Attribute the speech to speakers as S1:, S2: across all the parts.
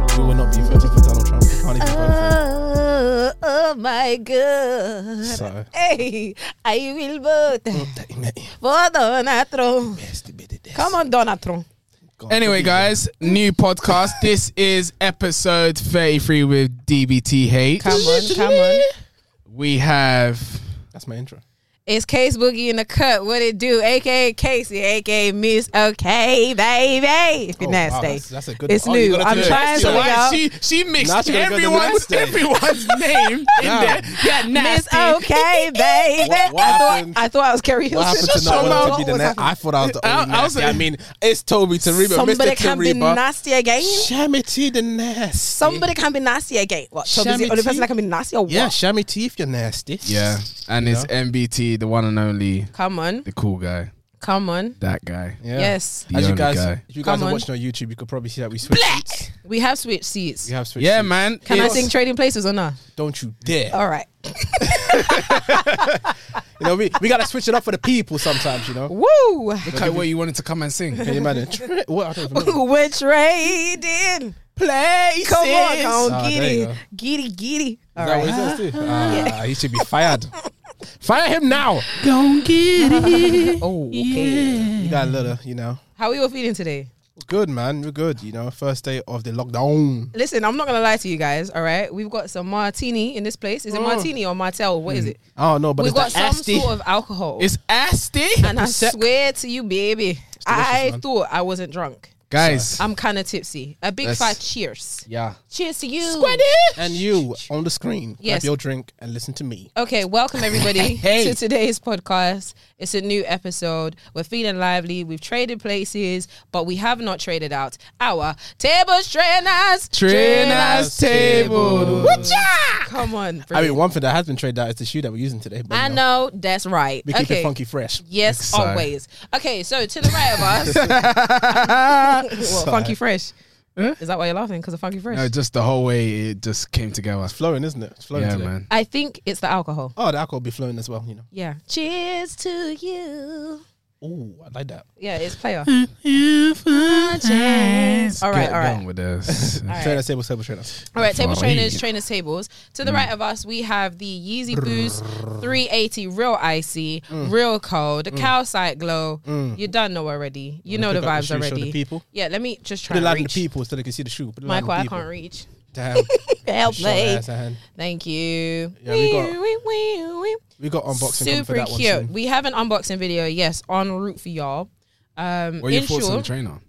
S1: you voted for Donald Trump. You can't even vote
S2: Oh, oh my
S1: for
S2: God.
S1: him. So.
S2: Hey, I will vote for Donald Trump. Come on, Donald Trump.
S3: Anyway, guys, new podcast. this is episode 33 with DBTH.
S2: Come on, come on.
S3: We have
S1: That's my intro.
S2: It's Case Boogie in the cut. What it do? AKA Casey, AKA Miss OK, baby. If you're
S1: Oh,
S2: nasty.
S1: wow, that's- that's a good
S2: It's
S1: one. Oh, you
S2: new.
S1: gotta
S2: I'm
S1: do it.
S2: trying
S3: So
S2: to
S3: like,
S2: out.
S3: she she
S1: Now
S3: mixed
S1: she gotta go to the
S3: everyone's
S1: next day.
S3: everyone's name in
S1: Nah.
S3: there. Yeah,
S2: Miss
S3: nasty.
S2: OK, baby.
S1: What- what
S2: I, thought,
S1: happened?
S2: I thought I was Carrie Hilson.
S1: What happened to
S3: so
S1: not wanting
S3: loud.
S1: to be the
S2: What
S1: na-
S2: was
S1: I thought I was the
S3: I-
S1: only
S3: I was
S1: nasty. I
S3: like-
S1: mean, it's Toby Tariba,
S2: Somebody
S1: Mr.
S2: can be
S1: Tariba.
S2: nasty again.
S1: Shamity the nasty.
S2: Somebody can be nasty again. What? So is the only
S1: Shamity?
S2: person that can be nasty or what?
S1: Yeah, Shamity if you're nasty.
S3: Yeah, and it's MBT, the one and only,
S2: Come on.
S3: the cool guy,
S2: Come on.
S3: that guy.
S1: Yeah.
S2: Yes.
S3: The
S1: As you
S3: only
S1: guys,
S3: guy.
S1: if you guys
S2: Come
S1: are
S2: on.
S1: watching on YouTube, you could probably see that we switched seats.
S2: We have switched seats.
S1: We have switched
S3: Yeah,
S1: seats.
S3: man.
S2: Can I
S3: it's-
S2: sing Trading Places or not?
S1: Don't you dare.
S2: All right.
S1: You know, we, we got to switch it up for the people sometimes, you know.
S2: Woo!
S3: Look at what you wanted to come and sing.
S1: Can you imagine? Tra- What? I don't even know.
S2: We're trading places. Come on, come on,
S1: Ah, there
S2: giddy,
S1: you go.
S2: giddy, giddy. All
S1: Is that what
S2: right.
S1: he's gonna do? Ah, He should be fired. Fire him now.
S2: Oh, okay.
S1: You got a little, you know.
S2: How are you all feeling today?
S1: Good, man. We're good, you know. First day of the lockdown.
S2: Listen, I'm not gonna lie to you guys. All right, we've got some martini in this place. Is it
S1: Oh.
S2: martini or martel? What is it?
S1: I don't know, Mm. but
S2: We've
S1: it's the
S2: got some
S1: asti.
S2: sort of alcohol.
S3: It's Asti.
S2: and I
S1: Prosecco.
S2: swear to you, baby, I
S1: man.
S2: thought I wasn't drunk.
S3: Guys,
S2: I'm kind of tipsy. A big
S3: That's-
S2: fat cheers.
S1: Yeah.
S2: Cheers to you.
S1: And you on the screen, grab
S2: Yes.
S1: your drink and listen to me.
S2: Okay, welcome everybody
S3: Hey.
S2: to today's podcast. It's a new episode. We're feeling lively. We've traded places, but we have not traded out our tables, trainers,
S3: Trainers table.
S2: Woo-cha! Come on,
S1: I mean,
S2: brilliant.
S1: one thing that has been traded out is the shoe that we're using today. But,
S2: I
S1: you
S2: know that's right.
S1: We keep
S2: okay,
S1: it funky fresh.
S2: yes,
S3: Sorry.
S2: always. Okay, so to the right of us, what, funky fresh.
S3: Huh?
S2: Is that why you're laughing? Because of funky fresh.
S3: No, just the whole way it just came together.
S1: Flowing, isn't it? It's flowing
S3: Yeah,
S1: today.
S3: man.
S2: I think it's the alcohol.
S1: Oh, the alcohol be flowing as well, you know.
S2: Yeah. Cheers to you.
S1: Ooh, I like that.
S2: Yeah, it's player.
S3: All
S2: All right, all right.
S3: Down with us.
S2: All right.
S1: Trainer, table, table, trainer.
S2: All right, table
S3: Right.
S2: trainers, trainers, tables. To the right of us, we have the Yeezy Boost 380 Real Icy,
S1: Mm.
S2: Real Cold, the Calcite Glow. You done know already. You know the
S1: pick up
S2: vibes
S1: the shoe, show the
S2: already.
S1: people.
S2: Yeah, let me just try
S1: Put it
S2: and
S1: live in the
S2: reach.
S1: people so they can see the shoe. Put it live
S2: Michael,
S1: in the
S2: I
S1: people.
S2: can't reach.
S1: Damn.
S2: Help
S1: Short
S2: me.
S1: ass hand.
S2: Thank you.
S1: Yeah, we got-
S2: Wee, wee, wee, wee.
S1: We got unboxing coming for
S2: Super
S1: that one
S2: cute.
S1: soon.
S2: We have an unboxing video, yes, en route for y'all. Um,
S3: What are your
S2: in
S3: thoughts on the
S2: short,
S3: trainer?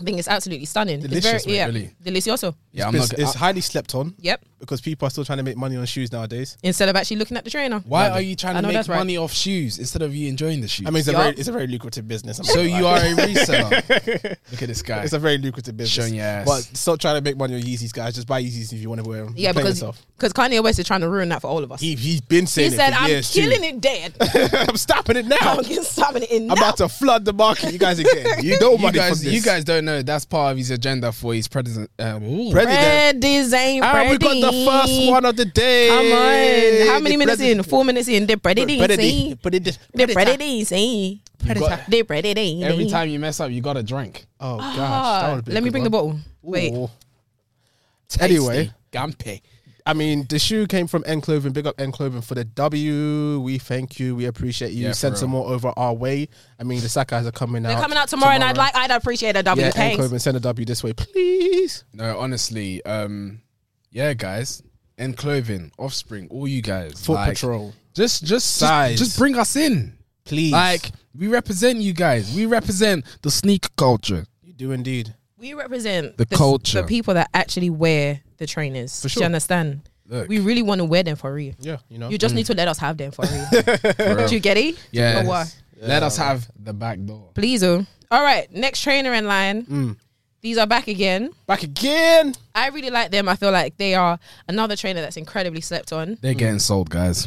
S2: I think it's absolutely stunning. it's very,
S1: Delicious, mate,
S2: yeah,
S3: really.
S2: delicioso.
S3: Yeah, I'm
S1: It's,
S3: not.
S1: it's highly slept on
S2: Yep.
S1: because people are still trying to make money on shoes nowadays.
S2: Instead of actually looking at the trainer.
S3: why are you trying
S2: I
S3: to
S2: know
S3: make
S2: that's right.
S3: money off shoes instead of you enjoying the shoes?
S1: I mean, it's a
S2: Yup.
S1: very it's a very lucrative business. I'm
S3: so
S1: not gonna
S3: you
S1: lie.
S3: are a reseller. Look at this guy.
S1: It's a very lucrative business.
S3: Showing your ass.
S1: But stop trying to make money on Yeezys, guys. Just buy Yeezys if you want to wear them.
S2: Yeah,
S1: Plain
S2: because
S1: and soft.
S2: because Kanye West is trying to ruin that for all of us. He,
S1: he he's been saying it
S2: said,
S1: for
S2: "I'm
S1: years
S2: killing it
S1: too.
S2: dead.
S1: I'm stopping it now.
S2: I'm stopping it in
S1: I'm
S2: now."
S1: about to flood the market. You guys are getting you no
S3: you
S1: money
S3: guys,
S1: from this.
S3: you guys don't know that's part of his agenda for his president. Um, ooh.
S1: President.
S2: Freddy's ain't
S1: And Ah, we got the first one of the day.
S2: Come on, how many
S1: The
S2: minutes
S1: president-
S2: in? Four minutes in. They're Freddy's.
S1: President.
S2: They're
S1: President.
S2: Freddy's. They're
S3: got-
S2: Freddy's.
S3: Every time you mess up, you got a drink.
S1: Oh gosh, that
S2: Ah,
S1: would've been a
S2: let me
S1: good
S2: bring the
S1: one.
S2: bottle. Wait.
S1: Ooh. Anyway,
S3: Gampe.
S1: I mean, the shoe came from N Clothing. Big up N Clothing for the W. We thank you. We appreciate you.
S3: Yeah,
S1: Send
S3: for
S1: some more over our way. I mean, the Sakai's are coming out.
S2: They're coming out tomorrow, and I'd like I'd appreciate a W.
S1: Yeah, N
S2: thanks.
S1: Clothing, send a W this way, please.
S3: No, honestly, um, yeah, guys, and clothing, offspring, all you guys,
S1: Foot
S3: like,
S1: Patrol,
S3: just, just,
S1: Size.
S3: just, just bring us in.
S1: please.
S3: Like we represent you guys. We represent the sneaker culture.
S1: you do indeed.
S2: We represent
S3: The
S2: s-
S3: culture.
S2: the people that actually wear the trainers.
S1: For
S2: Do
S1: sure.
S2: you understand?
S3: Look,
S2: We really want to wear them for real.
S1: Yeah, you know.
S2: You just need to let us have them for real.
S3: for real.
S2: Do you get it?
S3: Yes.
S2: Or what?
S3: Let us have the back door.
S2: Please, oh. All right, next trainer in line.
S3: Mm.
S2: These are back again.
S1: Back again.
S2: I really like them. I feel like they are another trainer that's incredibly slept on.
S3: They're
S1: Mm.
S3: getting sold, guys.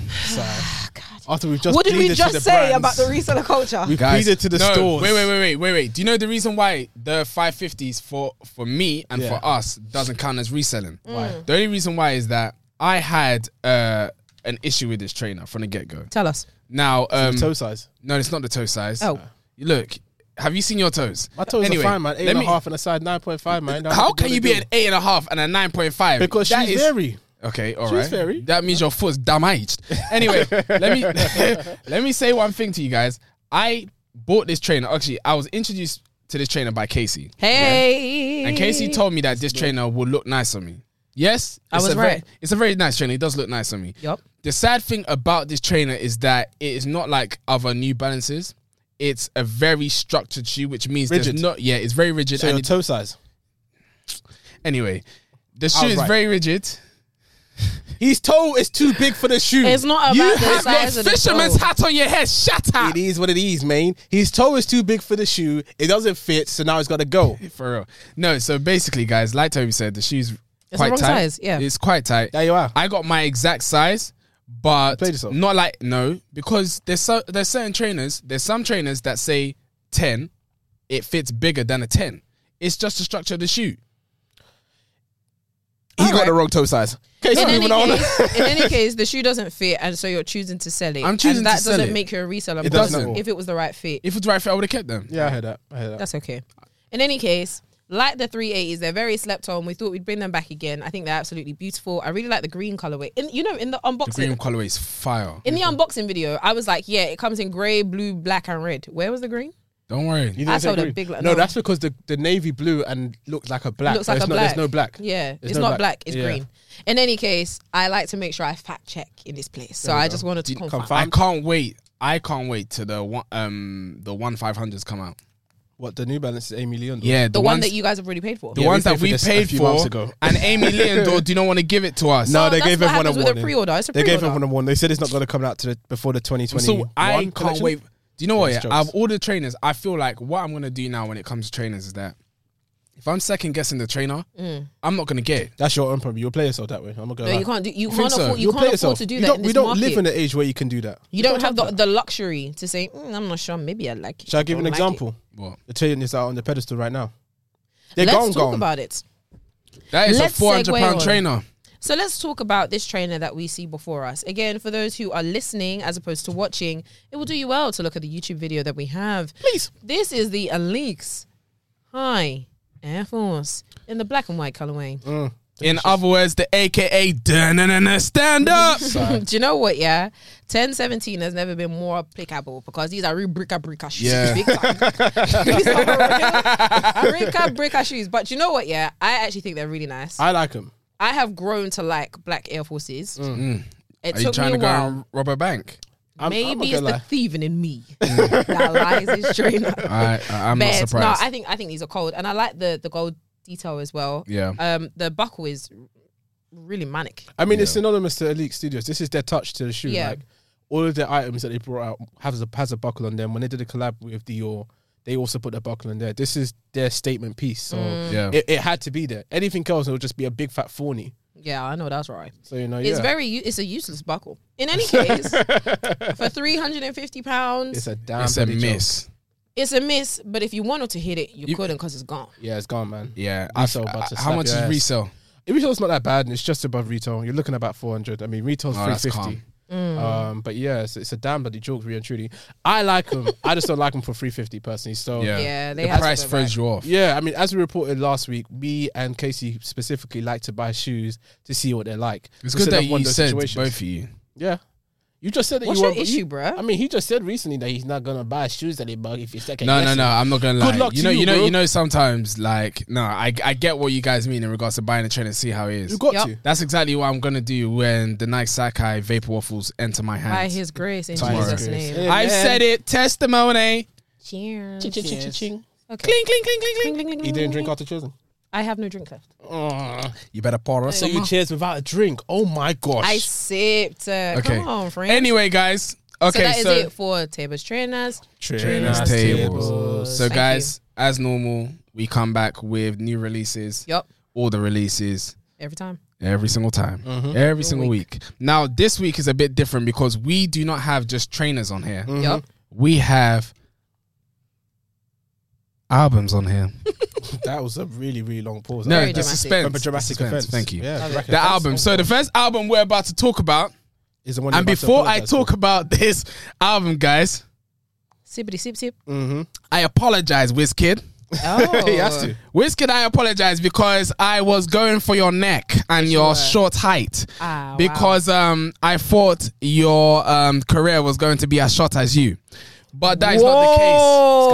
S1: After we've just
S2: what did we
S1: pleaded to
S2: just
S1: the
S2: say
S1: brands.
S2: about the reseller culture?
S1: We've
S3: Guys,
S1: pleaded to the
S3: no,
S1: stores.
S3: Wait, wait, wait, wait, wait, wait. Do you know the reason why the 550s for for me and
S1: Yeah.
S3: for us doesn't count as reselling?
S1: Why? Mm.
S3: The only reason why is that I had uh, an issue with this trainer from the get go.
S2: Tell us.
S3: Now, um,
S1: Toe size.
S3: no, it's not the toe size.
S2: Oh.
S3: look, Have you seen your toes?
S1: My toes
S3: Anyway,
S1: are fine, man. Eight
S3: let
S1: and a
S3: me-
S1: half and a side nine point five, man. Don't
S3: How
S1: have to
S3: can
S1: do
S3: you
S1: the
S3: be
S1: deal.
S3: an eight and a half and a nine point five?
S1: Because
S3: That
S1: she's
S3: is-
S1: very.
S3: Okay, all right.
S1: She's very.
S3: That means your foot's damaged. Anyway, let me let me say one thing to you guys. I bought this trainer. Actually, I was introduced to this trainer by Casey,
S2: Hey.
S3: and Casey told me that this trainer would look nice on me. Yes,
S2: I
S3: it's
S2: was
S3: a very-
S2: right.
S3: it's a very nice trainer. It does look nice on me.
S2: Yup.
S3: The sad thing about this trainer is that it is not like other New Balances. It's a very structured shoe, which means
S1: Rigid.
S3: there's not. Yeah, it's very rigid.
S1: So
S3: and
S1: your
S3: it-
S1: toe size.
S3: anyway, the
S1: I
S3: shoe
S1: was
S3: is
S1: right.
S3: very rigid.
S1: His toe is too big for the shoe.
S2: It's not about
S3: You
S2: the
S3: have
S2: size
S3: your
S2: of the
S3: fisherman's
S2: toe.
S3: hat on your head. Shut up.
S1: It is what it is, man. His toe is too big for the shoe. It doesn't fit, so now it's got to go.
S3: For real. No, so basically, guys, like Toby said, the shoe's
S2: the
S3: quite
S2: wrong
S3: tight.
S2: size, yeah.
S3: It's quite tight.
S1: There you are.
S3: I got my exact size, but
S1: played yourself.
S3: not like no, because there's so, there's certain trainers, there's some trainers that say ten, it fits bigger than a ten. It's just the structure of the shoe.
S1: He got
S2: Alright.
S1: the wrong toe size. Okay, so
S2: in, any
S1: moving on.
S2: case, in any case, the shoe doesn't fit, and so you're choosing to sell it.
S3: I'm choosing
S2: and that
S3: to sell
S2: doesn't
S3: it.
S2: make you a reseller.
S1: It
S2: because
S1: doesn't.
S2: If it was the right fit,
S3: If it's right fit, I would have kept them.
S1: yeah, I heard that. I heard that.
S2: that's okay. In any case, like the 380s, they're very slept on. We thought we'd bring them back again. I think they're absolutely beautiful. I really like the green colorway. In you know, in the
S3: The
S2: unboxing,
S3: green colorway is fire.
S2: in the unboxing video, I was like, yeah, it comes in grey, blue, black, and red. Where was the green?
S3: Don't worry.
S1: You
S2: I
S1: didn't say
S2: told a
S1: green.
S2: big-
S1: no,
S2: no.
S1: that's because the, the navy blue and looked like a black.
S2: Looks
S1: so
S2: like
S1: it's
S2: a
S1: not,
S2: black.
S1: There's no black.
S2: Yeah,
S1: There's
S2: it's
S1: no
S2: not black. It's
S1: Yeah.
S2: green. In any case, I like to make sure I fact check in this place, so I just wanted to confirm.
S1: confirm.
S3: I can't wait. I can't wait till the one um the one five hundreds come out.
S1: What the New Balance is Amy Leon?
S3: Yeah, the,
S2: The one
S3: ones-
S2: that you guys have already paid for.
S3: the
S1: Yeah, we
S3: ones
S1: paid
S3: that
S1: for
S3: we
S1: this a
S3: paid
S1: few
S3: for,
S1: months ago.
S3: and Amy Leandor do not want to give it to us.
S1: No,
S2: Oh,
S1: they
S2: that's
S1: gave
S2: what
S1: everyone a
S2: happens with
S1: warning.
S2: a pre-order. It's a
S1: They
S2: pre-order.
S1: gave everyone a warning. They said it's not going to come out to the, before the 2020.
S3: So I can't
S1: collection?
S3: wait. Do you know what? Yeah,
S1: Jokes.
S3: out of all the trainers, I feel like what I'm gonna do now when it comes to trainers is that if I'm second guessing the trainer,
S2: Mm.
S3: I'm not gonna get it.
S1: That's your own problem. You'll play yourself that way. I'm not going.
S2: No, you can't do. You
S3: think
S2: can't
S3: so?
S2: afford. You
S1: You'll play
S2: can't afford
S1: yourself.
S2: to do
S1: You
S2: that.
S1: don't-
S2: in
S1: we
S2: this
S1: don't
S2: market.
S1: live in an age where you can do that.
S2: You don't have the, the luxury to say, "Mm, I'm not sure. Maybe I like it.
S1: Shall I give
S2: Don't
S1: an
S2: like it."
S1: example?
S3: Well,
S1: The train is out on the pedestal right now. They're
S2: let's
S1: gone,
S2: talk
S1: gone.
S2: about it.
S3: that is
S2: Let's
S3: a 400
S2: segue
S3: pound
S2: on.
S3: trainer.
S2: So let's talk about this trainer that we see before us. Again, for those who are listening as opposed to watching, it will do you well to look at the YouTube video that we have.
S1: Please.
S2: This is the Alix High Air Force in the black and white colorway.
S1: Mm.
S3: In other words, the AKA da-na-na-na, stand up.
S2: Do you know what? Yeah, 1017 has never been more applicable because these are real bricka bricka shoes.
S3: Yeah.
S2: Big time. these are real bricka bricka shoes. But you know what? Yeah, I actually think they're really nice. I,
S1: I like them.
S2: have grown to like black Air Forces. It
S3: Mm. Are you
S2: took
S3: trying
S2: me a
S3: to go
S2: while.
S3: and rob a bank?
S1: I'm,
S2: Maybe
S1: I'm not
S2: it's
S1: gonna
S2: the
S1: lie.
S2: thieving in me that lies is trainer.
S3: I, I, am not
S2: But
S3: surprised.
S2: No, I think I think these are cold, and I like the the gold detail as well.
S3: yeah.
S2: Um, the buckle is really manic.
S1: I mean, it's synonymous to Elite Studios. This is their touch to the shoe.
S2: Yeah.
S1: Like all of their items that they brought out has a has a buckle on them. When they did a collab with Dior, they also put the buckle on there. This is their statement piece. So
S2: Mm.
S3: yeah.
S1: it, it had to be there. Anything else, it would just be a big fat fawny.
S2: Yeah, I know that's right.
S1: So you know,
S2: It's
S1: yeah.
S2: very u- it's a useless buckle. In any case, for three hundred and fifty pounds, it's
S1: it's
S2: a,
S1: a damn.
S3: it's a
S1: bloody joke.
S3: miss.
S2: miss. But if you wanted to hit it, you,
S3: You-
S2: couldn't because it's gone.
S1: Yeah, uh, it's gone, man.
S3: Yeah.
S1: Resale about to
S3: how
S1: slap
S3: much is
S1: your ass.
S3: resale?
S1: Retail's not that bad, and it's just above retail. You're looking about 400. I mean, retail's
S3: Oh, that's
S1: 350. Um, but yeah, it's, it's a damn bloody joke, really and truly. I like them. I just don't like them for 350 personally. So
S3: Yeah.
S2: Yeah, they
S3: the
S2: have
S3: price
S2: to go back.
S3: throws you off.
S1: Yeah, I mean, as we reported last week, me and Casey specifically like to buy shoes to see what they're like.
S3: It's
S1: We
S3: good that
S1: I've won
S3: you
S1: those
S3: said
S1: situations.
S3: both of you.
S1: Yeah, you just said that
S2: What's
S1: you
S2: your
S1: want-
S2: issue,
S1: you-
S2: bruh?
S1: I mean, he just said recently that he's not gonna buy shoes anymore if you second.
S3: No, no,
S1: guess
S3: no.
S1: him.
S3: I'm not gonna lie.
S1: Good luck
S3: you
S1: to
S3: know,
S1: you,
S3: you know,
S1: bro.
S3: you know. Sometimes, like, no, I, I get what you guys mean in regards to buying a train and see how it
S1: You
S3: is.
S1: got
S2: Yup.
S1: to.
S3: That's exactly what I'm gonna do when the Nike Sakai Vapor Waffles enter my
S2: By
S3: hands.
S2: His grace in
S3: Tomorrow.
S2: Jesus'
S1: His grace.
S2: name.
S1: Yeah.
S3: I
S1: Amen.
S3: said it. Testimony.
S2: Cheers.
S1: Ching, ching, ching, ching, ching.
S2: Okay.
S3: Cling, cling, cling, cling,
S2: Cling,
S3: cling.
S2: cling, cling,
S1: He
S2: cling,
S1: didn't drink
S2: cling.
S1: after chosen.
S2: I have no drink left.
S3: You better pour us.
S1: So you cheers without a drink? Oh my gosh!
S2: I sipped. Uh,
S3: Okay.
S2: Come on, friend.
S3: Anyway, guys.
S2: so that
S3: Okay,
S2: is
S3: so
S2: it for Tables Trainers.
S1: Trainers,
S3: Trainers, tables.
S1: tables.
S3: So,
S2: Thank
S3: guys, as normal, we come back with new releases.
S2: Yup.
S3: All the releases.
S2: Every time.
S3: Every single time. Every single week. Now, this week is a bit different because we do not have just trainers on here.
S2: Yup.
S3: We have albums on here.
S1: That was a really, really long pause.
S3: No,
S2: Very
S3: the
S2: dramatic.
S3: suspense.
S1: Remember dramatic
S3: Suspense.
S1: offense.
S3: Thank you.
S1: Yeah,
S2: Okay.
S1: dramatic
S3: The
S1: offense.
S3: album. So the first album we're about to talk about,
S1: is the one. you're
S3: and
S1: about to
S3: before I
S1: apologize for.
S3: talk about this album, guys,
S2: Sibbity sip sip.
S3: I apologize, Wizkid.
S2: Oh,
S1: he has to.
S3: Wizkid, I apologize because I was going for your neck and your short height.
S2: Ah, wow.
S3: because um, I thought your um, career was going to be as short as you. But that is not the case.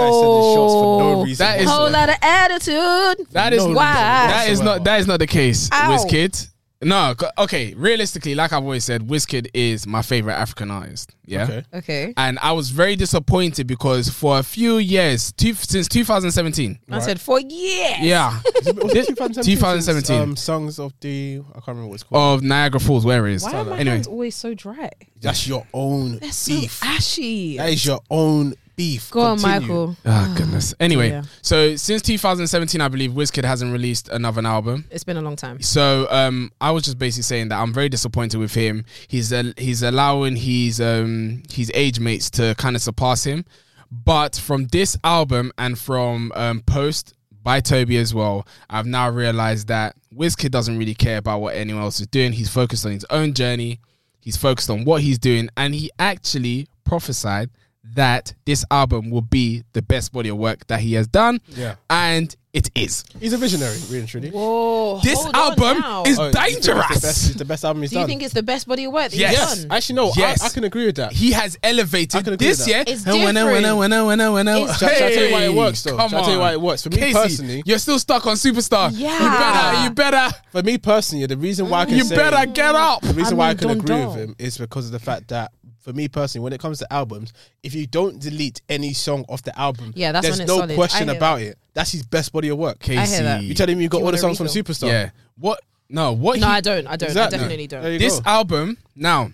S1: This guy said this shots for no
S2: Whoa.
S1: reason.
S3: That is-
S2: Whole lot of attitude.
S3: That is
S1: No
S2: Wow.
S3: That is not that is not the case,
S2: Ow.
S3: Wizkid. No, c- okay. Realistically, like I've always said, Wizkid is my favorite African artist. Yeah.
S1: Okay.
S2: Okay.
S3: And I was very disappointed because for a few years, two, since 2017,
S2: I said four years.
S3: yeah,
S1: Was it 2017?
S3: 2017.
S1: Um, songs of the I can't remember what it's called.
S3: of Niagara Falls, where it is.
S2: Why are my
S3: anyway,
S2: hands always so dry?
S1: That's your own
S2: They're so
S1: beef.
S2: ashy.
S1: that is your own beef.
S2: Go on,
S1: Continue.
S2: Michael.
S3: ah, goodness. Anyway,
S2: Oh, Yeah.
S3: so since 2017, I believe Wizkid hasn't released another album.
S2: It's been a long time.
S3: So um, I was just basically saying that I'm very disappointed with him. He's uh, he's allowing his um, his age mates to kind of surpass him, but from this album and from um, Post by Toby as well, I've now realized that Wizkid doesn't really care about what anyone else is doing. He's focused on his own journey. He's focused on what he's doing, and he actually prophesied that this album will be the best body of work that he has done.
S1: Yeah.
S3: and it is.
S1: He's a visionary, really and truly.
S2: Whoa.
S3: This
S2: hold on now.
S3: album is
S1: Oh, you think it's
S3: dangerous.
S1: The best, it's the best album he's
S2: Do you
S1: done.
S2: think it's the best body of work that
S3: Yes.
S2: you've done?
S1: Actually, no.
S3: Yes.
S1: I, I can agree with that.
S3: he has
S1: I
S3: elevated
S1: can agree
S3: this
S1: with
S3: year.
S1: that.
S2: It's
S3: And when I-
S2: different.
S3: when I- when I- when I- when I-
S2: It's
S1: Shall- shall I tell you why it
S3: Hey,
S1: works, though?
S3: Come
S1: Shall I tell you
S3: on.
S1: why it works? For me
S3: Casey,
S1: personally-
S3: you're still stuck on superstar.
S2: Yeah.
S3: You better, you better,
S1: For me personally, the reason why I can
S3: you
S1: say
S3: better get up.
S1: the reason
S2: I
S1: why I
S2: mean,
S1: can
S2: Don
S1: agree
S2: Don.
S1: with him is because of the fact that for me personally, when it comes to albums, if you don't delete any song off the album,
S2: Yeah, that's
S1: there's
S2: when it's
S1: no
S2: solid. I
S1: question
S2: hear
S1: about it. That's his best body of work.
S3: Casey,
S2: I hear that.
S1: You telling me you got
S2: Do you
S1: all the
S2: want
S1: songs
S2: a
S1: from Superstar?
S3: yeah. What? No. What?
S2: No,
S3: he,
S2: I don't. I don't.
S1: Exactly.
S2: I definitely
S1: There
S2: don't.
S1: you
S3: this
S1: go.
S3: album now.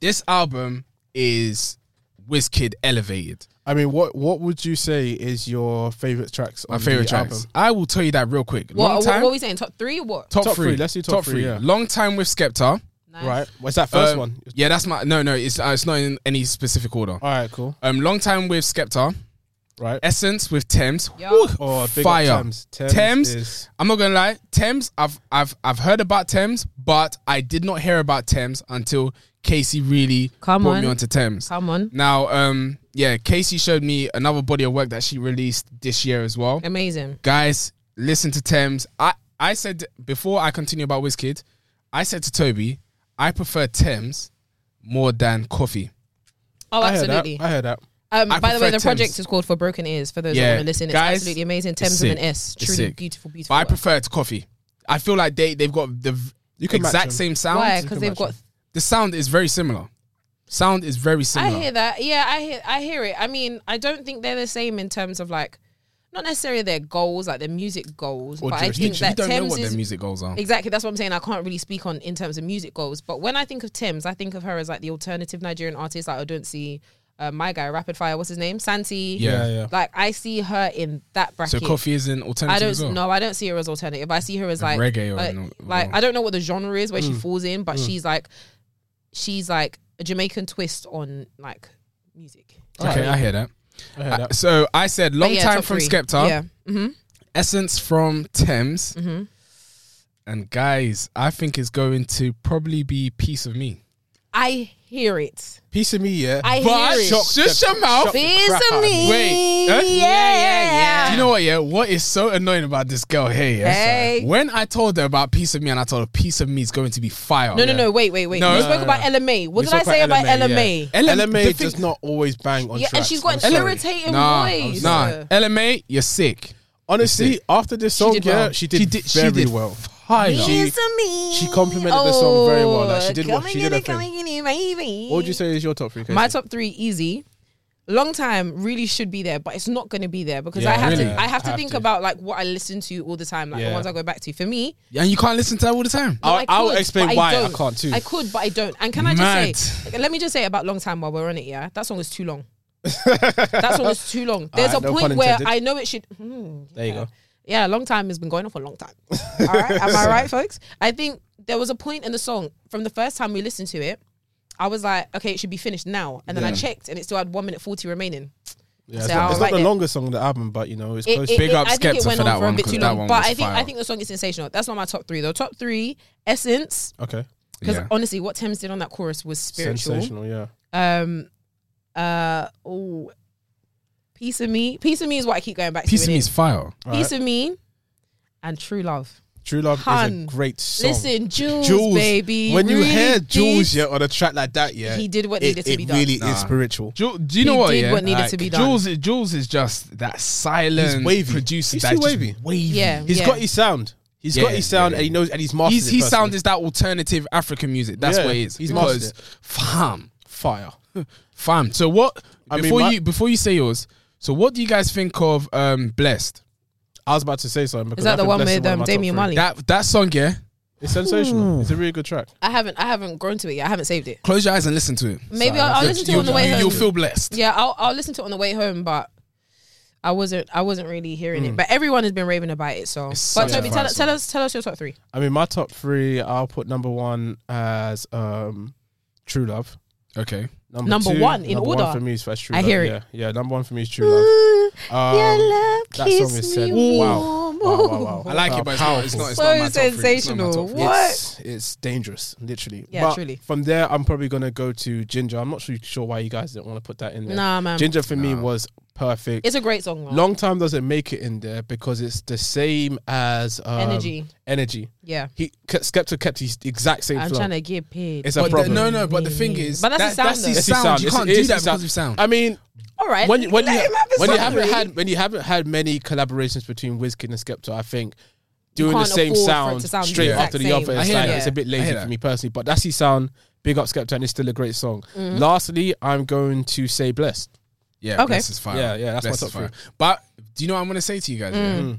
S3: This album is Wizkid elevated.
S1: I mean, what what would you say is your favorite tracks?
S3: My
S1: on
S3: favorite
S1: the
S3: tracks.
S1: Album?
S3: I will tell you that real quick. Long
S2: What, what,
S3: time.
S2: what are we saying? Top three? What?
S3: top,
S1: Top
S3: three.
S1: three, let's do top three, yeah.
S3: Long time with Skepta.
S2: Nice.
S1: Right. What's that first
S3: Um,
S1: one?
S3: Yeah, that's my no, no. It's uh, it's not in any specific order.
S1: All right, cool.
S3: Um, long time with Skepta.
S1: Right.
S3: Essence with Thames.
S2: Yeah.
S3: Whew,
S1: Oh, big up
S3: fire.
S1: Thames. Thames,
S3: Thames.
S1: is
S3: I'm not gonna lie. Thames. I've I've I've heard about Thames, but I did not hear about Thames until Casey really
S2: Come
S3: brought
S2: on.
S3: me onto Thames.
S2: Come on.
S3: Now, um, yeah, Casey showed me another body of work that she released this year as well.
S2: Amazing.
S3: Guys, listen to Thames. I I said before I continue about Wizkid, I said to Toby, I prefer Thames more than coffee.
S2: Oh,
S1: I heard that.
S2: absolutely.
S1: I heard that.
S2: Um,
S3: I
S2: by the way, the
S3: prefer
S2: project
S3: Thames.
S2: is called For Broken Ears. For those
S3: Yeah.
S2: that want to listen, it's
S3: Guys,
S2: absolutely amazing.
S3: it's
S2: Thames with an
S3: sick.
S2: S.
S3: It's
S2: Truly
S3: sick.
S2: beautiful, beautiful.
S3: But I
S2: work.
S3: prefer it to coffee. I feel like they they've got the v-
S1: You can match
S3: exact
S1: them.
S3: same sound.
S2: Why?
S1: You
S2: Because
S1: can
S2: they've
S1: match
S2: got.
S1: them.
S3: The sound is very similar. Sound is very
S2: I
S3: similar.
S2: hear that. Yeah, I hear. I hear it. I mean, I don't think they're the same in terms of like, not necessarily their goals, like their music goals.
S1: Or
S2: but I think
S1: jurisdiction.
S2: that
S3: you don't know
S2: Thames
S3: what
S2: is
S3: their music goals are.
S2: Exactly. That's what I'm saying. I can't really speak on in terms of music goals. But when I think of Tim's, I think of her as like the alternative Nigerian artist. Like I don't see uh, my guy, Rapid Fire. What's his name? Santi.
S3: Yeah.
S1: Yeah, yeah.
S2: Like I see her in that
S3: So
S2: bracket.
S3: coffee is an alternative.
S2: I don't
S3: as well.
S2: no, I don't see her as alternative. I see her as like
S3: reggae or
S2: like,
S3: no-
S2: like,
S3: or-
S2: I don't know what the genre is where she
S1: Mm.
S2: falls in, but she's like she's like a Jamaican twist on like music.
S3: Okay, I hear that.
S1: I heard
S3: Uh,
S1: that.
S3: so I said
S2: But
S3: long
S2: yeah,
S3: time
S2: top
S3: from
S2: three.
S3: Skepta,
S2: Yeah. Mhm.
S3: Essence from Thames,
S2: Mhm.
S3: and guys, I think it's going to probably be Piece of Me.
S2: I hear it.
S1: Piece of me, yeah.
S2: I
S3: But
S2: hear it.
S1: Shock the-
S3: shut your mouth.
S1: shock the
S2: Piece
S1: crap
S2: of
S1: out of
S2: me.
S3: Wait, huh?
S2: Yeah, yeah, yeah.
S3: Do you know what? Yeah, what is so annoying about this girl here? Yeah,
S2: Hey.
S3: when I told her about Piece of Me, and I told her Piece of Me is going to be fire.
S2: No, no, no. Wait, wait, wait.
S3: No,
S2: we
S3: no,
S2: spoke
S1: no,
S2: about
S1: no.
S2: LMA. What
S1: We
S2: did I
S1: spoke about
S2: say about
S1: LMA,
S2: LMA? Yeah.
S3: LM
S1: LMA
S3: the thing-
S1: does not always bang on tracks.
S2: and she's got
S1: I'm
S2: an
S1: sorry.
S2: irritating
S3: Nah,
S2: voice.
S3: nah. LMA, you're sick.
S1: Honestly, after this song,
S2: did
S1: yeah,
S2: well.
S1: she did, very well.
S3: Fire.
S1: She-
S2: Piece of me.
S1: she complimented the song very well, like, she did what-
S2: come and
S1: she did
S2: get
S1: her
S2: it, come
S1: thing.
S2: and get it, baby.
S1: What would you say is your top three? Casey?
S2: My top three easy. Long time really should be there, but it's not going to be there because
S1: Yeah,
S2: I have
S1: really.
S2: to. I have to
S1: Have
S2: think
S1: to.
S2: about like what I listen to all the time, like the
S1: Yeah.
S2: ones I go back to. For me,
S3: and you can't listen to her all the time.
S2: No,
S1: I'll-
S2: I
S1: I'll
S2: could,
S1: explain
S2: but
S1: why I
S2: don't.
S1: can't too.
S2: I could, but I don't. And can I
S3: Mad.
S2: just say, let me just say about long time while we're on it. Yeah, that song is too long. that song is too long. There's
S1: Alright,
S2: a
S1: no
S2: point
S1: pun
S2: where
S1: intended.
S2: I know it should. Hmm,
S1: There you
S2: yeah.
S1: go.
S2: Yeah, long time has been going on for a long time. All right, am I right, folks? I think there was a point in the song from the first time we listened to it. I was like, okay, it should be finished now, and then I
S1: Yeah.
S2: checked, and it still had one minute forty remaining.
S1: Yeah, it's
S2: So
S1: not,
S2: I'll
S1: it's not
S2: write
S1: the
S2: it.
S1: longest song on the album, but you know, it's close.
S2: It, it,
S3: Big
S2: it,
S3: up
S2: I think it went
S3: Skepta for
S2: on for
S3: that
S2: a
S3: one,
S2: bit
S3: 'cause
S2: too
S3: that
S2: long,
S3: one
S2: but
S3: was
S2: I think I
S3: fire.
S2: think the song is sensational. That's not my top three though. Top three: Essence,
S1: okay,
S2: because
S3: Yeah.
S2: honestly, what Thames did on that chorus was spiritual.
S1: sensational. Yeah,
S2: Um, uh, oh, Piece of Me. Piece of Me is what I keep going back
S3: Piece of
S2: to.
S3: me
S2: innit?
S3: is fire.
S2: Piece of Me and True Love.
S1: True Love is a
S2: Hun,
S1: great song.
S2: Listen, Jules,
S1: Jules,
S2: baby.
S1: When you
S2: really
S1: hear Jules
S2: did-
S1: yeah, on a track like that, yeah,
S2: He did what
S1: it,
S2: needed to
S1: it
S2: be done.
S1: really
S3: Nah.
S1: is spiritual.
S3: Ju- do you know
S2: He
S3: what?
S2: did
S3: yeah?
S2: what needed to be done.
S3: Jules, Jules is just that silent
S1: He's wavy.
S3: producer.
S1: He's
S3: that's
S1: too
S3: just
S1: wavy.
S3: wavy.
S2: Yeah.
S1: He's
S2: yeah.
S1: got his sound. He's
S3: Yeah,
S1: got his
S3: yeah,
S1: sound,
S3: yeah.
S1: and he knows, and he's mastered.
S3: He's,
S1: it
S3: he
S1: personally.
S3: sound is that alternative African music. That's
S1: Yeah,
S3: what it is.
S1: he's
S3: because
S1: mastered
S3: fam,
S1: fire.
S3: fam. So what?
S1: I mean,
S3: before
S1: my-
S3: you before you say yours. So what do you guys think of um blessed?
S1: I was about to say something. because
S2: that
S1: I
S2: the
S1: think
S2: one
S1: Bless is
S2: with,
S1: of
S2: um,
S1: my top
S2: Damian
S1: three.
S2: Marley?
S3: That that song, yeah.
S1: It's sensational. It's a really good track.
S2: I haven't. I haven't grown to it yet. I haven't saved it.
S3: Close your eyes and listen to it.
S2: Maybe
S1: Sorry,
S2: I'll, I'll
S1: that's
S2: listen to it
S3: You'll,
S2: on the way
S3: you-
S2: home.
S3: you'll feel blessed.
S2: yeah, I'll, I'll listen to it on the way home, but I wasn't. I wasn't really hearing it. But everyone has been raving about it. Mm. So,
S3: It's
S2: but
S3: such a
S2: Toby,
S3: fire
S2: tell,
S3: song.
S2: tell us, tell us your top three.
S1: I mean, my top three. I'll put number one as um, True Love.
S3: Okay.
S1: Number,
S2: Number
S1: two-
S2: one in
S1: number
S2: order.
S1: One for me is First True
S2: I
S1: Love.
S2: hear it. Mm,
S1: Yeah, yeah. Number one for me is True Love. Um, that song is said. Wow. wow, wow, wow.
S3: I like it, but it's not, it's not, it's
S2: So
S3: not my top three. It's not my
S2: sensational.
S3: top three.
S2: What?
S1: It's, it's dangerous, literally.
S2: Yeah,
S1: But
S2: truly.
S1: From there, I'm probably gonna go to Ginger. I'm not really sure why you guys didn't want to put that in there.
S2: Nah, man.
S1: Ginger for me
S3: Nah.
S1: was perfect.
S2: It's a great song. though.
S1: Long time doesn't make it in there because it's the same as um,
S2: Energy.
S1: Energy.
S2: Yeah,
S1: He Skepta kept his exact same
S2: I'm
S1: flow.
S2: trying to get paid.
S1: It's a
S3: But the,
S1: problem.
S3: no, no. But the thing is,
S2: But that's his sound,
S3: that, That's his
S2: though.
S1: It's his
S3: sound. You
S1: It's-
S3: can't
S1: it
S3: do
S1: is
S3: that
S1: his
S3: because of sound.
S1: I mean,
S2: All right.
S1: when you, when you,
S2: let him have his
S1: when you
S2: top
S1: haven't
S2: three.
S1: had when you haven't had many collaborations between Wizkid and Skepta, I think doing the
S2: can't
S1: same
S2: afford for it
S1: sound,
S2: to sound the
S1: straight
S2: exact
S1: after the
S2: same.
S1: other,
S2: I
S1: it's,
S3: hear
S1: like,
S3: that.
S1: it's a bit
S3: I
S1: lazy
S3: hear
S1: for
S3: that.
S1: me personally. But that's his sound. Big up Skepta, and it's still a great song.
S2: Mm.
S1: Lastly, I'm going to say blessed.
S3: Yeah,
S2: Okay.
S3: Bless is fire.
S1: Yeah, yeah, that's my
S3: Bless
S1: top
S3: is But do you know what I'm gonna say to you guys? yeah?
S2: Mm.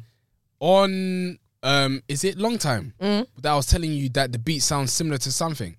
S3: On um, is it long time
S2: Mm.
S3: that I was telling you that the beat sounds similar to something?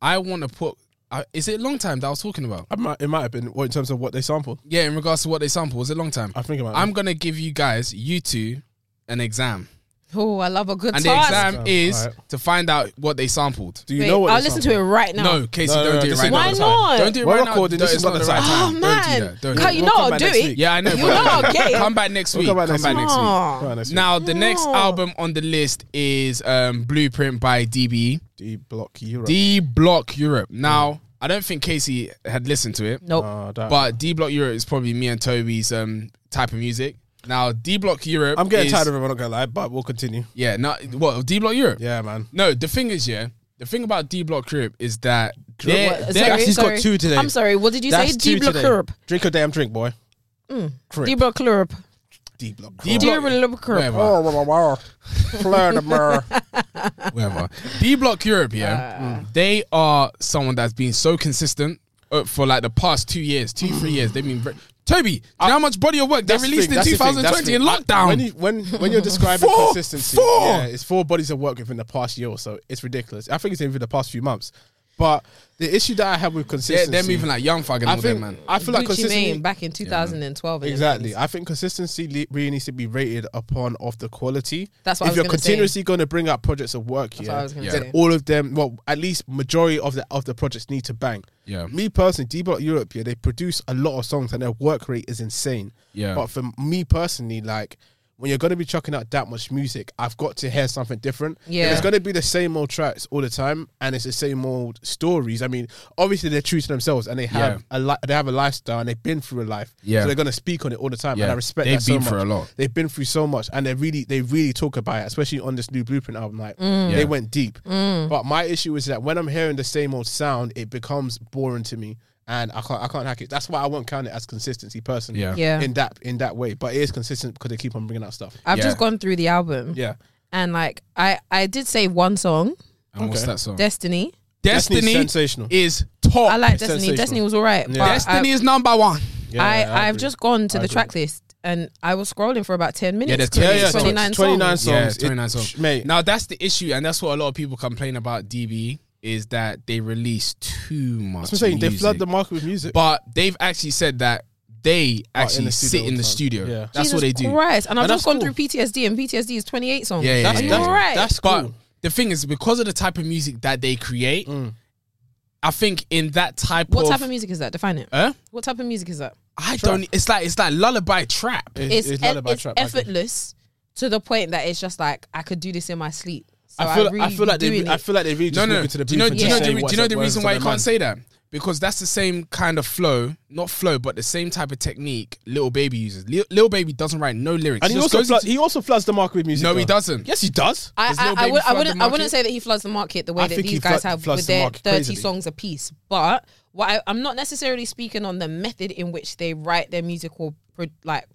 S3: I want to put. Uh, is it long time that I was talking about?
S1: I might, it might have been well, in terms of what they sampled.
S3: Yeah, in regards to what they sample, was it long time?
S1: I think it might.
S3: I'm gonna give you guys, you two, an exam,
S2: Oh, I love a good
S3: and the
S2: task.
S3: exam
S1: Exam,
S3: is
S1: alright.
S3: to find out what they sampled.
S1: do you
S2: Wait,
S1: know what?
S2: I'll listen to it right now.
S3: No, Casey,
S1: No, no,
S3: don't
S1: no,
S3: do it
S1: this
S3: right
S1: is
S2: Why
S1: not the
S3: now.
S2: not?
S1: time.
S3: Don't do it
S1: We're
S3: right now.
S1: recording,
S3: Don't-
S1: this
S3: It's
S1: is
S3: not
S1: not
S3: the
S1: the
S3: right
S1: time.
S2: Oh
S3: time. Don't do
S2: man,
S3: that. Don't do
S2: Can't-
S3: that.
S1: it.
S2: you
S1: We'll
S2: know
S1: come
S2: I'll
S1: back
S2: do
S1: next
S2: it.
S1: week.
S3: Yeah, I know.
S2: You
S3: but
S2: know I'll get it.
S3: Come back next week.
S1: We'll come back
S3: Come
S1: next
S3: back
S1: week.
S3: next week.
S2: Aw.
S1: Right, next
S3: Now, the next
S2: No.
S3: album on the list is um, Blueprint by DBE,
S1: D Block Europe.
S3: D Block Europe. Now, I don't think Casey had listened to it,
S2: Nope.
S1: Uh, that-
S3: but D Block Europe is probably me and Toby's um, type of music. Now, D Block Europe.
S1: I'm getting
S3: is-
S1: tired of it. I'm not gonna lie, but we'll continue.
S3: Yeah, no, what D Block Europe?
S1: Yeah, man.
S3: No, the thing is, yeah, the thing about D Block Europe is that
S2: What-
S3: they're,
S1: Sorry,
S3: they're
S1: actually got two today.
S2: I'm sorry. What did you say? D block Europe.
S1: Drink a damn drink, boy. Crip.
S2: D block Europe.
S1: D block.
S3: D
S2: D
S3: Block.
S2: block Europe.
S3: Whatever,
S1: Oh, Vladimir.
S3: whatever. D Block Europe, yeah, they are someone that's been so consistent uh, for like the past two years, two three years. They've been. Very- Toby, do you know how much body of work they
S1: That's the
S3: released
S1: thing,
S3: in
S1: that's the thing, that's
S3: 2020
S1: the
S3: in
S1: thing.
S3: lockdown?
S1: When, you, when when you're describing
S3: Four,
S1: consistency,
S3: four.
S1: Yeah, it's four bodies of work within the past year or so. It's ridiculous. I think it's even the past few months. But the issue that I have with
S3: they're,
S1: consistency,
S3: they're moving like young fag and
S1: I
S3: all
S1: think
S3: them, man.
S1: I feel like
S2: Gucci
S1: consistency.
S2: Mane back in 2012. and
S1: Exactly.
S2: everything.
S1: I think consistency le- really needs to be rated upon of the quality.
S2: That's what I
S1: if
S2: was
S1: you're
S2: gonna say.
S1: continuously going to bring out projects of work
S2: what I
S1: here,
S2: was gonna
S3: Yeah.
S2: say.
S1: then all of them, well, at least majority of the of the projects need to bang.
S3: Yeah.
S1: Me personally, Debot Europe, yeah, they produce a lot of songs and their work rate is insane.
S3: Yeah.
S1: But for me personally, like. When you're going to be chucking out that much music, I've got to hear something different. If
S2: Yeah.
S1: it's going to be the same old tracks all the time, and it's the same old stories. I mean, obviously they're true to themselves, and they have a li- they have a lifestyle, and they've been through a life.
S3: Yeah.
S1: so they're going to speak on it all the time.
S3: Yeah.
S1: And I respect
S3: They've
S1: that so
S3: been
S1: much.
S3: through a lot.
S1: They've been through so much, and they really, they really talk about it, especially on this new Blueprint album. Like
S3: Yeah.
S1: they went deep.
S3: Mm.
S1: But my issue is that when I'm hearing the same old sound, it becomes boring to me, and I can't, I can't hack it. That's why I won't count it as consistency personally.
S3: Yeah.
S2: Yeah.
S1: in that in that way, but it is consistent because they keep on bringing out stuff.
S2: I've
S3: Yeah.
S2: just gone through the album
S1: Yeah, Oh.
S2: and like I I did save one song,
S3: And what's
S1: Okay.
S3: that song?
S2: Destiny.
S1: Destiny's
S3: Destiny
S1: sensational.
S3: is top.
S2: I like Destiny.
S1: sensational.
S2: Destiny was alright. but
S3: Destiny is number one.
S1: Yeah,
S2: I, I have
S1: agree.
S2: just gone to
S1: I
S2: the
S1: agree.
S2: track list and I was scrolling for about ten minutes.
S3: there's
S2: 'cause
S3: yeah,
S2: it's
S3: yeah, so it's
S2: 29
S1: 29
S2: songs.
S1: songs.
S3: Yeah,
S1: It-
S3: 29 songs.
S1: mate.
S3: Now that's the issue, and that's what a lot of people complain about DB is that they release too much.
S1: I'm saying they
S3: music.
S1: flood the market with music.
S3: but they've actually said that they
S1: Oh,
S3: actually
S1: the studio
S3: sit
S1: all
S3: in
S1: the
S3: the
S1: time.
S3: studio.
S1: Yeah.
S3: That's
S2: Jesus
S3: what they do.
S2: Christ. And I've
S1: And
S2: just
S1: that's
S2: gone
S1: cool.
S2: through PTSD and PTSD is 28 songs.
S3: Yeah, yeah,
S1: That's-
S3: yeah,
S1: that's-
S3: yeah.
S2: alright.
S1: That's
S3: But
S1: cool.
S3: the thing is, because of the type of music that they create,
S1: Mm.
S3: I think in that type
S2: What
S3: of,
S2: type of music is that? Define it.
S1: Uh,
S3: Huh?
S2: What type of music is that?
S3: I don't. It's like it's like lullaby trap.
S2: It's, e-
S1: lullaby
S2: it's
S1: trap, like-
S2: effortless to the point that it's just like I could do this in my sleep. So
S1: I feel,
S2: really
S1: I feel
S2: be
S1: like they,
S2: doing
S1: re- I
S2: it.
S1: feel like they really
S3: no,
S1: just
S3: no.
S1: look into the
S3: Do you know?
S1: booth and
S3: Do you know?
S1: just
S3: Do
S1: say
S3: you know,
S1: what's
S3: do you know
S1: up,
S3: the
S1: what's
S3: reason
S1: on
S3: why you
S1: their
S3: can't
S1: mind.
S3: say that? because that's the same kind of flow, not flow, but the same type of technique. Little baby uses. Lil, Lil baby doesn't write no lyrics.
S1: And he
S3: just
S1: also
S3: goes
S1: flo-
S3: into-
S1: he also floods the market with music.
S3: no, he
S1: though.
S3: doesn't.
S1: Yes, he does.
S2: I,
S3: Does Lil
S2: I, I,
S3: Baby
S2: would, I
S3: flood the
S2: wouldn't I wouldn't
S3: market?
S2: say that he floods the market the way
S1: I
S2: that
S1: think he
S2: these guys
S1: flood-
S2: have
S1: floods
S2: with
S1: the
S2: their
S1: market
S2: thirty
S1: crazily.
S2: songs a piece. But what I, I'm not necessarily speaking on the method in which they write their music or pro, like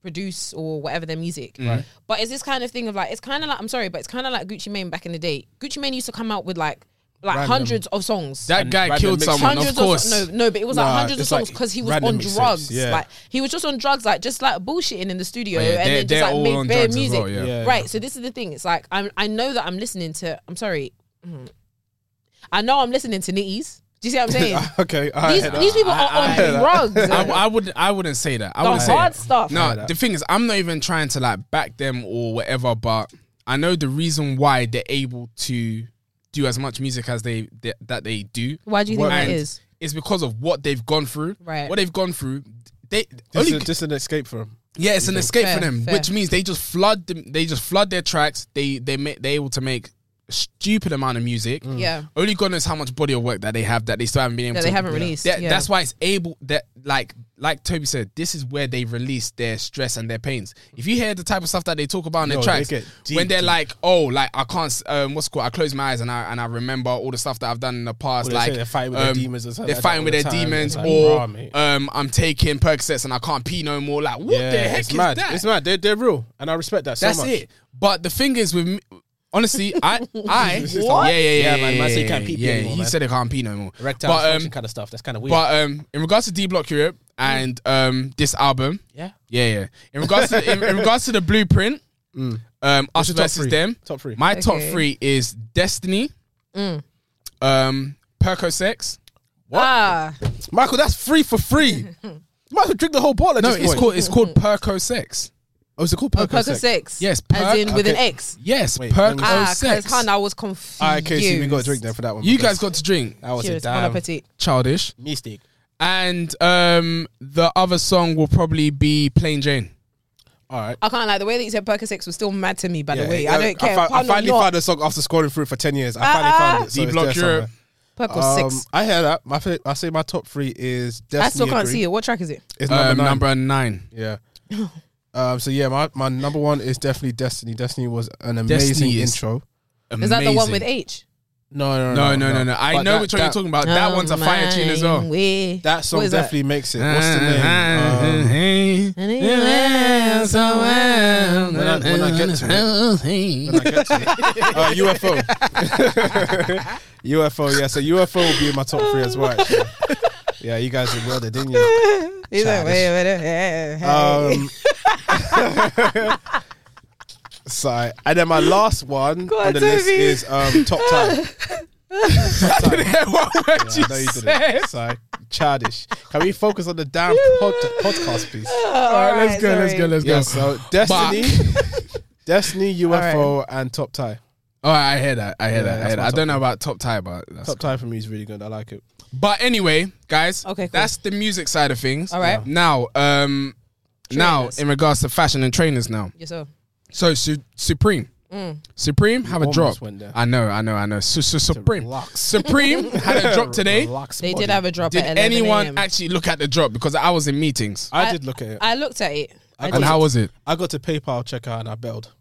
S2: produce or whatever their music.
S1: Mm.
S3: Right.
S2: But it's this kind of thing of like it's kind of like I'm sorry, but it's kind of like Gucci Mane back in the day. Gucci Mane used to come out with like like
S1: Random.
S2: hundreds of songs.
S3: That guy
S1: random
S3: killed
S1: mix-
S3: someone, Oh, of
S2: hundreds
S3: course.
S2: so- no, no, but it was like
S1: Nah,
S2: hundreds of
S1: it's like
S2: songs because he was
S1: random
S2: on
S1: mixtapes,
S2: drugs.
S1: yeah.
S2: Like he was just on drugs, like just like bullshitting in the studio
S3: Oh, yeah,
S2: and
S3: they're-
S2: then
S3: they're
S2: just like
S3: all
S2: make
S3: on
S2: bare
S3: drugs as
S2: music.
S3: well, yeah.
S1: Yeah.
S2: Right. So this is the thing. It's like I'm. I know that I'm listening to. I'm sorry. Mm. I know I'm listening to Nitties. Do you see what I'm saying?
S1: Okay, all
S2: these,
S1: right.
S3: uh,
S2: these people are on drugs.
S3: I, I would I wouldn't say that. I
S2: The
S3: wouldn't say
S2: hard
S3: that.
S2: stuff.
S3: No,
S2: I
S3: the thing is, I'm not even trying to like back them or whatever. But I know the reason why they're able to do as much music as they, they that they do.
S2: Why do you think that
S3: And
S2: is?
S3: It's because of what they've gone through.
S2: Right.
S3: What they've gone through. They
S1: This
S3: only
S1: is just an escape for him.
S3: yeah, it's an escape
S2: Fair,
S3: for them,
S2: fair.
S3: which means they just flood them. They just flood their tracks. They they ma- they're able to make a stupid amount of music.
S2: Yeah.
S3: Only God knows how much body of work that they have that they still haven't been able
S2: That
S3: to.
S2: they haven't released,
S3: That-
S2: yeah.
S3: That's why it's able that like like Toby said, this is where they release their stress and their pains. If you hear the type of stuff that they talk about in
S1: Yo,
S3: their
S1: they
S3: tracks,
S1: get deep,
S3: when they're
S1: deep.
S3: like, oh, like I can't, s- um, what's it called? I close my eyes and I and I remember all the stuff that I've done in the past.
S1: Well, they
S3: like um,
S1: say they're fighting with their demons and stuff
S3: They're
S1: like that
S3: fighting
S1: all
S3: with
S1: the
S3: their
S1: time.
S3: demons,
S1: It's like,
S3: or
S1: rah, mate.
S3: um, I'm taking Percocets and I can't pee no more. Like what the heck
S1: it's
S3: is
S1: mad.
S3: that?
S1: It's mad. They're, they're real, and I respect that so
S3: That's
S1: much.
S3: it. But the thing is with me, honestly, I I
S1: What?
S3: yeah yeah yeah
S1: Yeah, man, man said he can't pee
S3: yeah,
S1: anymore,
S3: he
S1: man.
S3: said it can't pee no more.
S1: Erectile
S3: but
S1: dysfunction
S3: um,
S1: kind of stuff. That's kind of weird.
S3: but um, in regards to D Block Europe and um, this album,
S1: yeah.
S3: yeah yeah. In regards to in, in regards to the blueprint, um, us
S1: Mm. your top
S3: versus
S1: three?
S3: them.
S1: Top three.
S3: My top
S2: Okay.
S3: three is Destiny, um, Percosex.
S2: Ah,
S1: Michael, that's free for free. Michael, drink the whole bottle at
S3: No,
S1: this
S3: it's
S1: point.
S3: called it's called Percosex.
S1: Oh, is it called Percocet?
S2: Percocet six.
S3: Yes, Oh,
S2: as in with an
S1: okay.
S2: X.
S3: Yes,
S1: Wait, let me-
S2: Ah, because
S3: Percosex.
S2: Han, I was confused.
S1: All right, okay, so we got to drink then for that one.
S3: you
S1: because
S3: guys got to drink.
S1: That was
S2: Cheers,
S1: a
S2: bon
S1: damn
S2: appetit.
S3: Childish.
S1: mistake.
S3: And um, the other song will probably be Plain Jane.
S1: All right.
S2: I can't like the way that you said Percocet was still mad to me. By the way, I don't care.
S1: I, fi- I
S2: pun or
S1: finally
S2: not,
S1: found the song after scrolling through it for 10 years.
S2: Ah,
S1: I finally found it. So it's
S3: D-Block
S1: there
S3: Europe.
S1: somewhere.
S2: Percocet
S1: Um,
S2: six.
S1: I hear that. My fa- I say my top three is Destiny.
S2: I still can't
S1: Agree.
S2: see it. What track is it?
S1: It's number
S3: Number, um,
S1: nine.
S3: number nine.
S1: Yeah. um. So yeah, my, my number one is definitely Destiny. Destiny was an amazing
S3: Destiny is-
S1: intro.
S2: Is that the one
S3: Amazing.
S2: with H?
S1: No,
S3: No, no, no, no. I
S1: But
S3: know
S1: that-
S3: which one
S1: that-
S3: you're talking about. That
S2: Oh
S3: one's a fire tune as well. Uh,
S1: That song definitely makes it. What's the name? Um, when I- when I get when I get to it. Uh, UFO. UFO, yeah. So UFO will be in my top three as well. Actually. Yeah, you guys were well there, didn't you?
S3: Uh,
S1: Um, sorry. And then my last one
S2: Go on,
S1: on the list
S2: Toby.
S1: is um, Top Time.
S3: I didn't hear what word you
S1: No, you
S3: said.
S1: didn't. Sorry. Childish. Can we focus on the damn pod- podcast, please?
S2: All
S3: All right, let's go, let's go, let's go.
S1: Yeah, so Destiny, Destiny, UFO, and Top Tie.
S3: All right, Oh, I hear that. I hear
S1: Yeah,
S3: that. I,
S1: that's
S3: hear that.
S1: my
S3: I
S1: top
S3: don't know about top tie, but that's
S1: Top Tie for me is really good. I like it.
S3: But anyway, guys,
S2: Okay, cool.
S3: that's the music side of things.
S2: All right. Yeah.
S3: Now, um, now
S2: Trainers.
S3: in regards to fashion and trainers, now,
S2: Yes, sir.
S3: so Su- Supreme,
S2: Mm.
S3: Supreme have a
S1: almost
S3: drop.
S1: went there.
S3: I know, I know, I know. Su- Su- Supreme,
S1: Relax.
S3: Supreme had a drop today.
S1: Relax,
S2: They
S1: body.
S2: did have a drop
S3: Did
S2: at 11
S3: anyone
S2: a.m..
S3: actually look at the drop? Because I was in meetings.
S1: I did look at it.
S2: I looked at it. I
S1: And
S2: did.
S3: And how was it? Ah,
S1: I got to PayPal checkout and I bailed.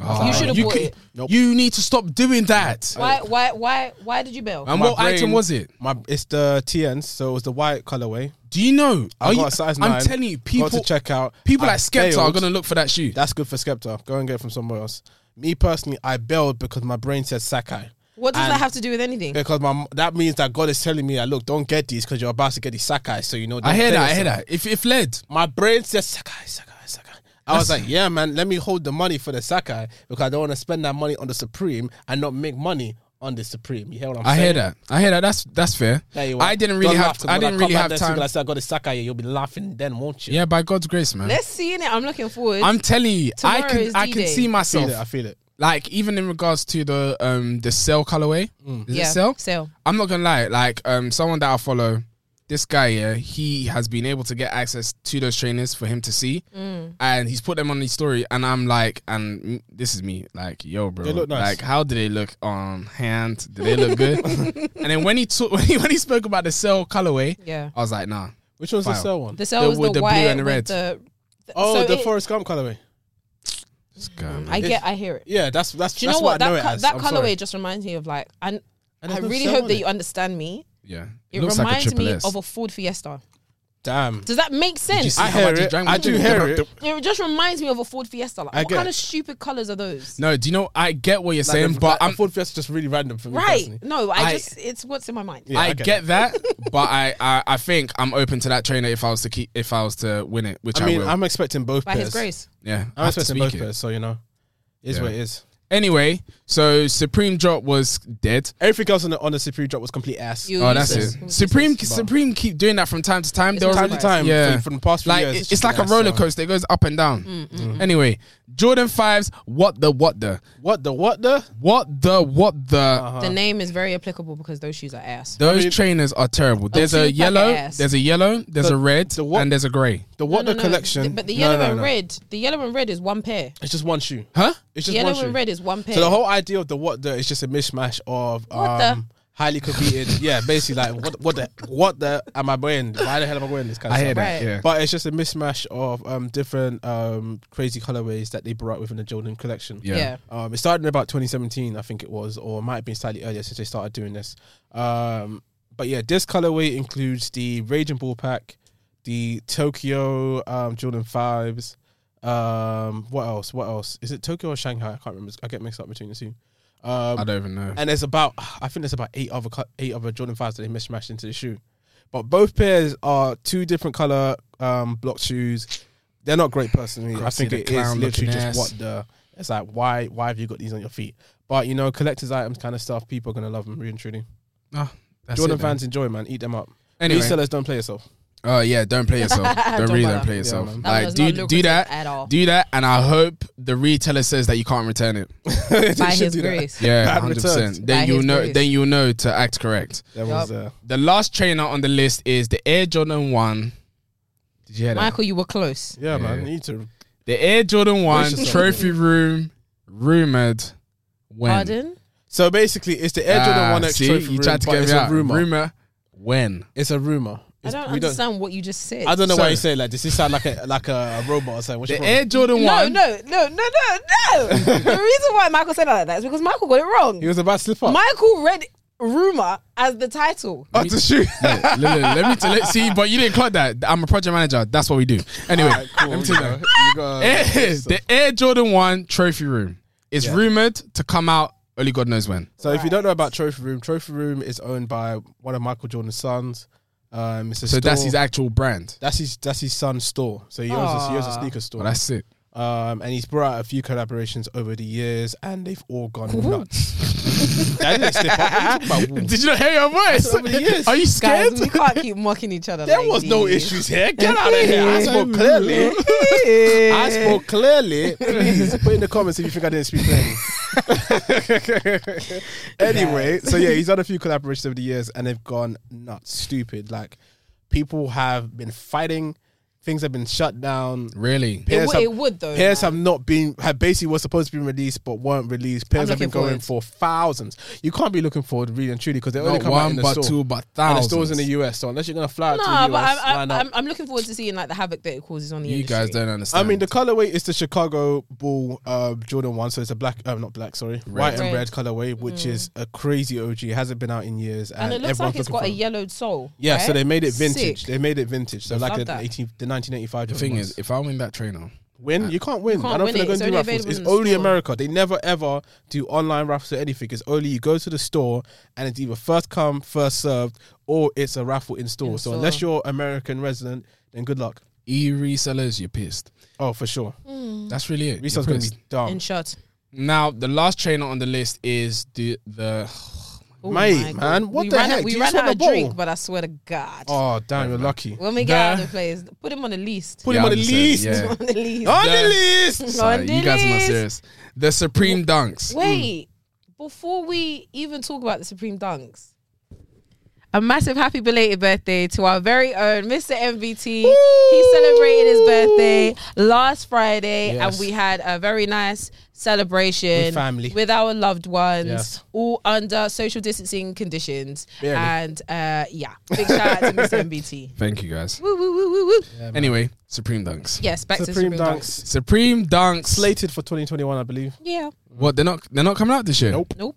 S2: You should have
S3: you
S2: bought
S3: could-
S2: it.
S1: Nope.
S3: You need to stop doing that.
S2: Why? Why? Why? Why did you bail?
S3: And
S1: My
S3: what item
S1: brain-
S3: was it?
S1: My it's the TNs, so it was the white colorway.
S3: Do you know?
S1: I
S3: Are
S1: got
S3: you-
S1: a size nine.
S3: I'm telling you,
S1: got to
S3: people,
S1: check out.
S3: people
S1: I
S3: like Skepta are
S1: bailed.
S3: gonna look for that shoe.
S1: That's good for Skepta. Go and get it from somewhere else. Me personally, I bailed because my brain said Sakai.
S2: What does that
S1: And-
S2: have to do with anything?
S1: Because my that means that God is telling me that look, don't get these because you're about to get these Sakai. So you know.
S3: I
S1: don't
S3: hear
S1: play
S3: that. I hear
S1: yourself.
S3: that. If if led,
S1: My brain said Sakai, Sakai, Sakai. I was like, yeah, man, let me hold the money for the Sakai because I don't want to spend that money on the Supreme and not make money on the Supreme. You hear what I'm
S3: I
S1: saying?
S3: hear that. I hear that. That's that's fair.
S1: There you
S3: I
S1: are.
S3: didn't really
S1: Don't
S3: have.
S1: laugh, 'cause
S3: I
S1: when
S3: didn't
S1: come
S3: really
S1: back
S3: have
S1: next week
S3: time.
S1: and I said I got a Sakai. You'll be laughing then, won't you?
S3: Yeah, by God's grace, man.
S2: Let's see in it. I'm looking forward.
S3: I'm telling you, I
S2: Tomorrow
S3: can
S2: is
S3: I can
S2: D-Day.
S3: see
S1: I feel
S3: myself
S1: it. I feel it.
S3: like even in regards to the um the cell colorway. Is
S1: Mm.
S2: yeah.
S3: it cell?
S2: Sell.
S3: I'm not gonna lie. Like um someone that I follow, this guy yeah, he has been able to get access to those trainers for him to see,
S1: Mm.
S3: and he's put them on his story. And I'm like, and mm, this is me, like, yo, bro,
S1: They look nice.
S3: like, how do they look on hand? Do they look good? and then when he took when he when he spoke about the cell colorway,
S2: Yeah.
S3: I was like, nah,
S1: Which one's the
S3: File.
S1: cell one?
S2: The cell was
S3: with
S2: the,
S3: Uh, the blue
S2: white
S3: and the
S2: with
S3: red.
S2: the- th-
S1: oh,
S2: so
S1: the
S2: it-
S1: Forrest Gump colorway.
S3: this guy, man.
S2: I get. I hear it.
S1: Yeah, that's that's.
S2: Do you
S1: that's
S2: know what?
S1: I know
S2: that
S1: it
S2: co-
S1: as.
S2: that
S1: I'm
S2: colorway
S1: sorry.
S2: just reminds me of like, and
S1: And
S2: I
S1: there's no
S2: really
S1: cell
S2: hope
S1: on
S2: that
S1: it.
S2: you understand me.
S3: yeah,
S2: It reminds me of a Ford Fiesta.
S1: Damn.
S2: Does that make sense?
S3: see-
S1: I hear
S3: much you
S1: it.
S3: drank
S1: I
S3: with
S1: do
S3: it?
S1: hear it.
S2: it just reminds me of a Ford Fiesta. Like,
S1: I
S2: what
S1: get
S2: kind
S1: it.
S2: of stupid colors are those?
S3: no, do you know? I get what you're
S1: Like,
S3: saying,
S1: the-
S3: but
S1: that-
S3: I'm
S1: the Ford Fiesta's just really random for me.
S2: Right?
S1: personally.
S2: No, I,
S3: I-
S2: just it's what's in my mind.
S1: Yeah,
S3: I get that, but I, I I think I'm open to that trainer if I was to keep if I was to win it, which I,
S1: I mean,
S3: will.
S1: I'm expecting both
S2: By His
S1: pairs.
S2: grace.
S3: yeah, I
S1: I'm
S3: have to
S1: expecting
S3: speak
S1: both
S3: it.
S1: pairs, so you know, it is
S3: Yeah.
S1: what it is.
S3: Anyway, so Supreme drop was dead.
S1: Everything else on the on the Supreme drop was complete ass.
S2: You
S3: Oh, that's
S2: useless.
S3: it.
S2: Who's
S3: Supreme
S1: useless?
S3: Supreme keep doing that from time to time.
S2: It's
S3: There was
S1: time to
S2: Right.
S1: time,
S3: Yeah.
S1: yeah. for, the past few
S3: like
S1: years,
S3: it- it's,
S1: just
S3: like a
S1: been ass,
S3: roller
S1: so.
S3: coaster. It goes up and down.
S2: Mm,
S3: Anyway, Jordan fives. What the what the
S1: What the what the?
S3: what the what the.
S1: Uh-huh.
S2: The name is very applicable because those shoes are ass.
S3: Those
S1: I mean-
S3: trainers are terrible. There's
S2: two
S3: a
S2: pack
S3: yellow,
S2: ass.
S3: there's a yellow, there's
S1: The-
S3: a red,
S1: the what-
S3: and there's a grey.
S1: The what
S2: No,
S1: the
S2: no, no.
S1: collection?
S2: Th- but the
S1: No,
S2: yellow
S1: no,
S2: and
S1: no.
S2: red, the yellow and red is one pair.
S1: It's just one shoe.
S3: Huh?
S1: It's just
S2: Yellow
S1: one shoe.
S2: and red is one pair.
S1: So the whole idea of the what the is just a mishmash of
S2: What the?
S1: um, highly competed. yeah, basically like what what the what the am I wearing? Why the hell am I wearing this kind of
S3: I
S1: stuff?
S3: hear that.
S2: Right.
S3: Yeah.
S1: But it's just a mismatch of um, different um, crazy colorways that they brought within the Jordan collection.
S3: Yeah.
S2: yeah.
S1: Um, it started in about 2017, I think it was, or it might have been slightly earlier since they started doing this. Um, but yeah, this colorway includes the Raging Bull pack, the Tokyo um, Jordan fives. Um, what else? What else? Is it Tokyo or Shanghai? I can't remember. I get mixed up between the two. Um,
S3: I don't even know.
S1: and there's about I think there's about eight other co- eight other Jordan fives that they mismatched into the shoe, but both pairs are two different color um block shoes. They're not great personally.
S3: Can't
S1: I
S3: see
S1: think
S3: the
S1: it is
S3: clown
S1: literally
S3: looking
S1: just
S3: ass.
S1: what the it's like. Why why have you got these on your feet? But you know, collectors items kind of stuff. People are gonna love them, really and truly.
S3: Ah, that's
S1: Jordan
S3: it then.
S1: fans enjoy, man. Eat them up.
S3: Anyway.
S1: Resellers don't play yourself.
S3: Oh yeah, don't play yourself. don't,
S2: Don't
S3: really
S2: bother.
S3: don't play yourself.
S1: man.
S2: That
S3: like
S2: was
S3: do
S2: not
S3: do
S2: lucrative
S3: that
S2: at all.
S3: Do that, and I hope the retailer says that you can't return it.
S2: By
S1: should
S2: his
S1: do that.
S2: grace.
S3: Yeah,
S1: Bad
S3: hundred
S1: returns.
S3: percent. Then
S2: By
S3: you'll
S2: his
S3: know.
S2: grace.
S3: Then you'll know to act correct.
S1: There
S2: Yup.
S1: was uh,
S3: The last trainer on the list is the Air Jordan One. Did you hear that?
S2: Michael, you were close.
S1: yeah, man.
S3: Yeah.
S1: You need to
S3: the Air Jordan One
S1: yourself.
S3: trophy room rumored when.
S2: Pardon?
S1: so basically it's the Air Jordan
S3: Ah,
S1: One X
S3: see,
S1: trophy.
S3: you
S1: room,
S3: tried to
S1: but
S3: get
S1: it's
S3: me
S1: a
S3: out.
S1: rumor.
S3: Rumor when.
S1: It's a rumor.
S2: I
S1: It's-
S2: don't
S1: we
S2: understand what you just said.
S1: I don't know
S3: So-
S1: why you say it like this. You sound like a like a robot or something. What's your
S3: The
S1: problem?
S3: Air Jordan
S2: no,
S3: One.
S2: no, no, no, no, no. the reason why Michael said it like that is because Michael got it wrong.
S1: He was about to slip up.
S2: Michael read rumor as the title.
S3: Oh, to shoot. Look, look, look, let me t- let, see, but you didn't clock that. I'm a project manager. That's what we do. Anyway, let me tell you.
S1: know, got-
S3: Air- the Air Jordan 1 trophy room is
S1: Yeah.
S3: rumored to come out only God knows when.
S1: so if you don't know about Trophy Room, Trophy Room is owned by one of Michael Jordan's sons. Um, it's a
S3: So that's his
S1: store-
S3: actual brand.
S1: that's his that's his son's store. So he owns, a, he owns a
S2: Aw.
S1: sneaker store.
S3: Well, that's it.
S1: um, and he's brought out a few collaborations over the years, and they've all gone nuts. that didn't slip up. What are you talking about? Woo.
S3: Did you not hear your voice?
S1: over the years.
S3: Are you scared?
S2: Guys, we can't keep mocking each other.
S1: There
S2: like
S1: was no
S2: these.
S1: issues here. Get out of here. I spoke clearly. I spoke clearly. Please put in the comments if you think I didn't speak clearly. anyway, so yeah, he's done a few collaborations over the years and they've gone nuts, stupid. Like people have been fighting, things have been shut down.
S3: really?
S2: It,
S1: Pairs
S2: w- it would though.
S1: Pairs
S2: man.
S1: have not been have basically were supposed to be released but weren't released. Pairs
S2: I'm
S1: have been
S2: looking
S1: going for thousands. You can't be looking forward really and truly because they only
S3: Not
S1: come out in
S3: one,
S1: the
S3: but
S1: store.
S3: two, but
S1: and the
S3: thousands.
S1: stores in the US. So unless you're gonna fly out to
S2: Nah,
S1: the
S2: but
S1: US,
S2: I'm, I'm,
S1: line up.
S2: I'm, I'm looking forward to seeing like the havoc that it causes on the
S3: you
S2: industry.
S3: guys don't understand.
S1: I mean, the colorway is the Chicago Bull uh, Jordan one, so it's a black, um, not black, sorry, white and
S2: Red. Mm.
S1: red colorway, which is a crazy OG. It hasn't been out in years,
S2: and
S1: and,
S2: it looks
S1: everyone's
S2: like it's
S1: looking
S2: got a
S1: for it.
S2: yellowed sole.
S1: Yeah, so
S2: right?
S1: they made it vintage.
S2: Sick.
S1: They made it vintage. So like
S2: Love
S1: the,
S2: that.
S1: 18, the 1985.
S3: the
S1: Jordan
S3: thing
S1: ones.
S3: is, uh, if I'm in that trainer,
S1: win you can't win.
S2: can't
S1: I don't
S2: win
S1: think
S2: it.
S1: they're
S2: It's
S1: going to do
S2: only
S1: raffles.
S2: available
S1: It's
S2: in the
S1: only
S2: store.
S1: America. They never ever do online raffles or anything. It's only you go to the store and it's either first come, first served, or it's a raffle in store.
S2: In
S1: so
S2: store.
S1: unless you're American resident, then good luck.
S3: e resellers, you're pissed.
S1: Oh, for sure.
S2: Mm.
S3: That's really it.
S1: Resell's
S3: You're
S1: going to
S3: pissed.
S1: be dumb.
S2: in shot.
S3: Now, the last trainer on the list is the the
S2: Oh
S1: Mate,
S2: my God.
S1: man, what
S2: we
S1: the
S2: ran,
S1: heck?
S2: We
S1: Do you
S2: ran
S1: just want
S2: out
S1: the
S2: of drink,
S1: ball?
S2: but I swear to God.
S1: Oh, damn, you're lucky.
S2: When we get out
S3: Nah.
S2: of the place, put him on the list.
S1: Put him on the
S3: Anderson,
S1: list.
S3: yeah.
S2: on the list.
S1: On
S3: Yeah.
S1: the list.
S2: On
S3: Sorry,
S2: the
S3: you guys are not
S2: list.
S3: serious. The Supreme
S2: Mm.
S3: Dunks.
S2: Wait, before we even talk about the Supreme Dunks, A massive happy belated birthday to our very own Mr. MVT. He celebrated his birthday last Friday,
S1: Yes.
S2: and we had a very nice celebration
S1: With family.
S2: with our loved ones,
S1: Yes.
S2: all under social distancing conditions.
S1: Barely.
S2: And uh, yeah, big shout out to Mr. MVT.
S3: Thank you guys.
S2: Woo, woo, woo, woo, woo.
S3: Anyway, Supreme Dunks.
S2: Yes, back to
S1: Supreme
S2: Supreme
S1: Dunks.
S2: Dunks.
S3: Supreme Dunks.
S1: Slated for 2021, I believe.
S2: Yeah.
S3: What they're not they're not coming out this year?
S1: Nope.
S2: Nope.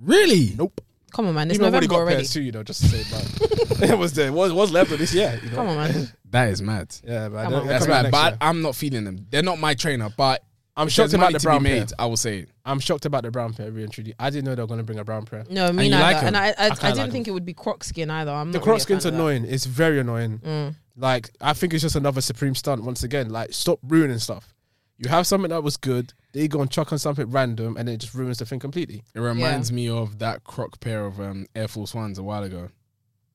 S3: Really?
S1: Nope.
S2: Come on, man. It's
S1: Even already
S2: November
S1: got
S2: already.
S1: pairs too, you know, just to say man. it was there. Was was left of this year. You know?
S2: Come on, man.
S3: That is mad.
S1: Yeah, but
S2: Come on.
S3: That's mad. But I'm not feeling them. They're not my trainer, but
S1: I'm
S3: if
S1: shocked
S3: there's
S1: about
S3: money
S1: the
S3: to be
S1: brown pair.
S3: made, I will say it.
S1: I'm shocked about the brown pair, really and truly. I didn't know they were going to bring a brown pair.
S2: No, me
S3: you
S2: neither.
S3: like 'em?
S2: and I, I, I,
S1: kinda
S2: didn't
S1: like 'em.
S2: think it would be croc skin either. I'm
S1: The
S2: not
S1: croc
S2: really a
S1: skin's
S2: fan of that.
S1: annoying. It's very annoying.
S2: Mm.
S1: Like I think it's just another supreme stunt once again. Like stop ruining stuff. You have something that was good, then you go and chuck on something random, and it just ruins the thing completely.
S3: It reminds me of that croc pair of um, Air Force Ones a while ago.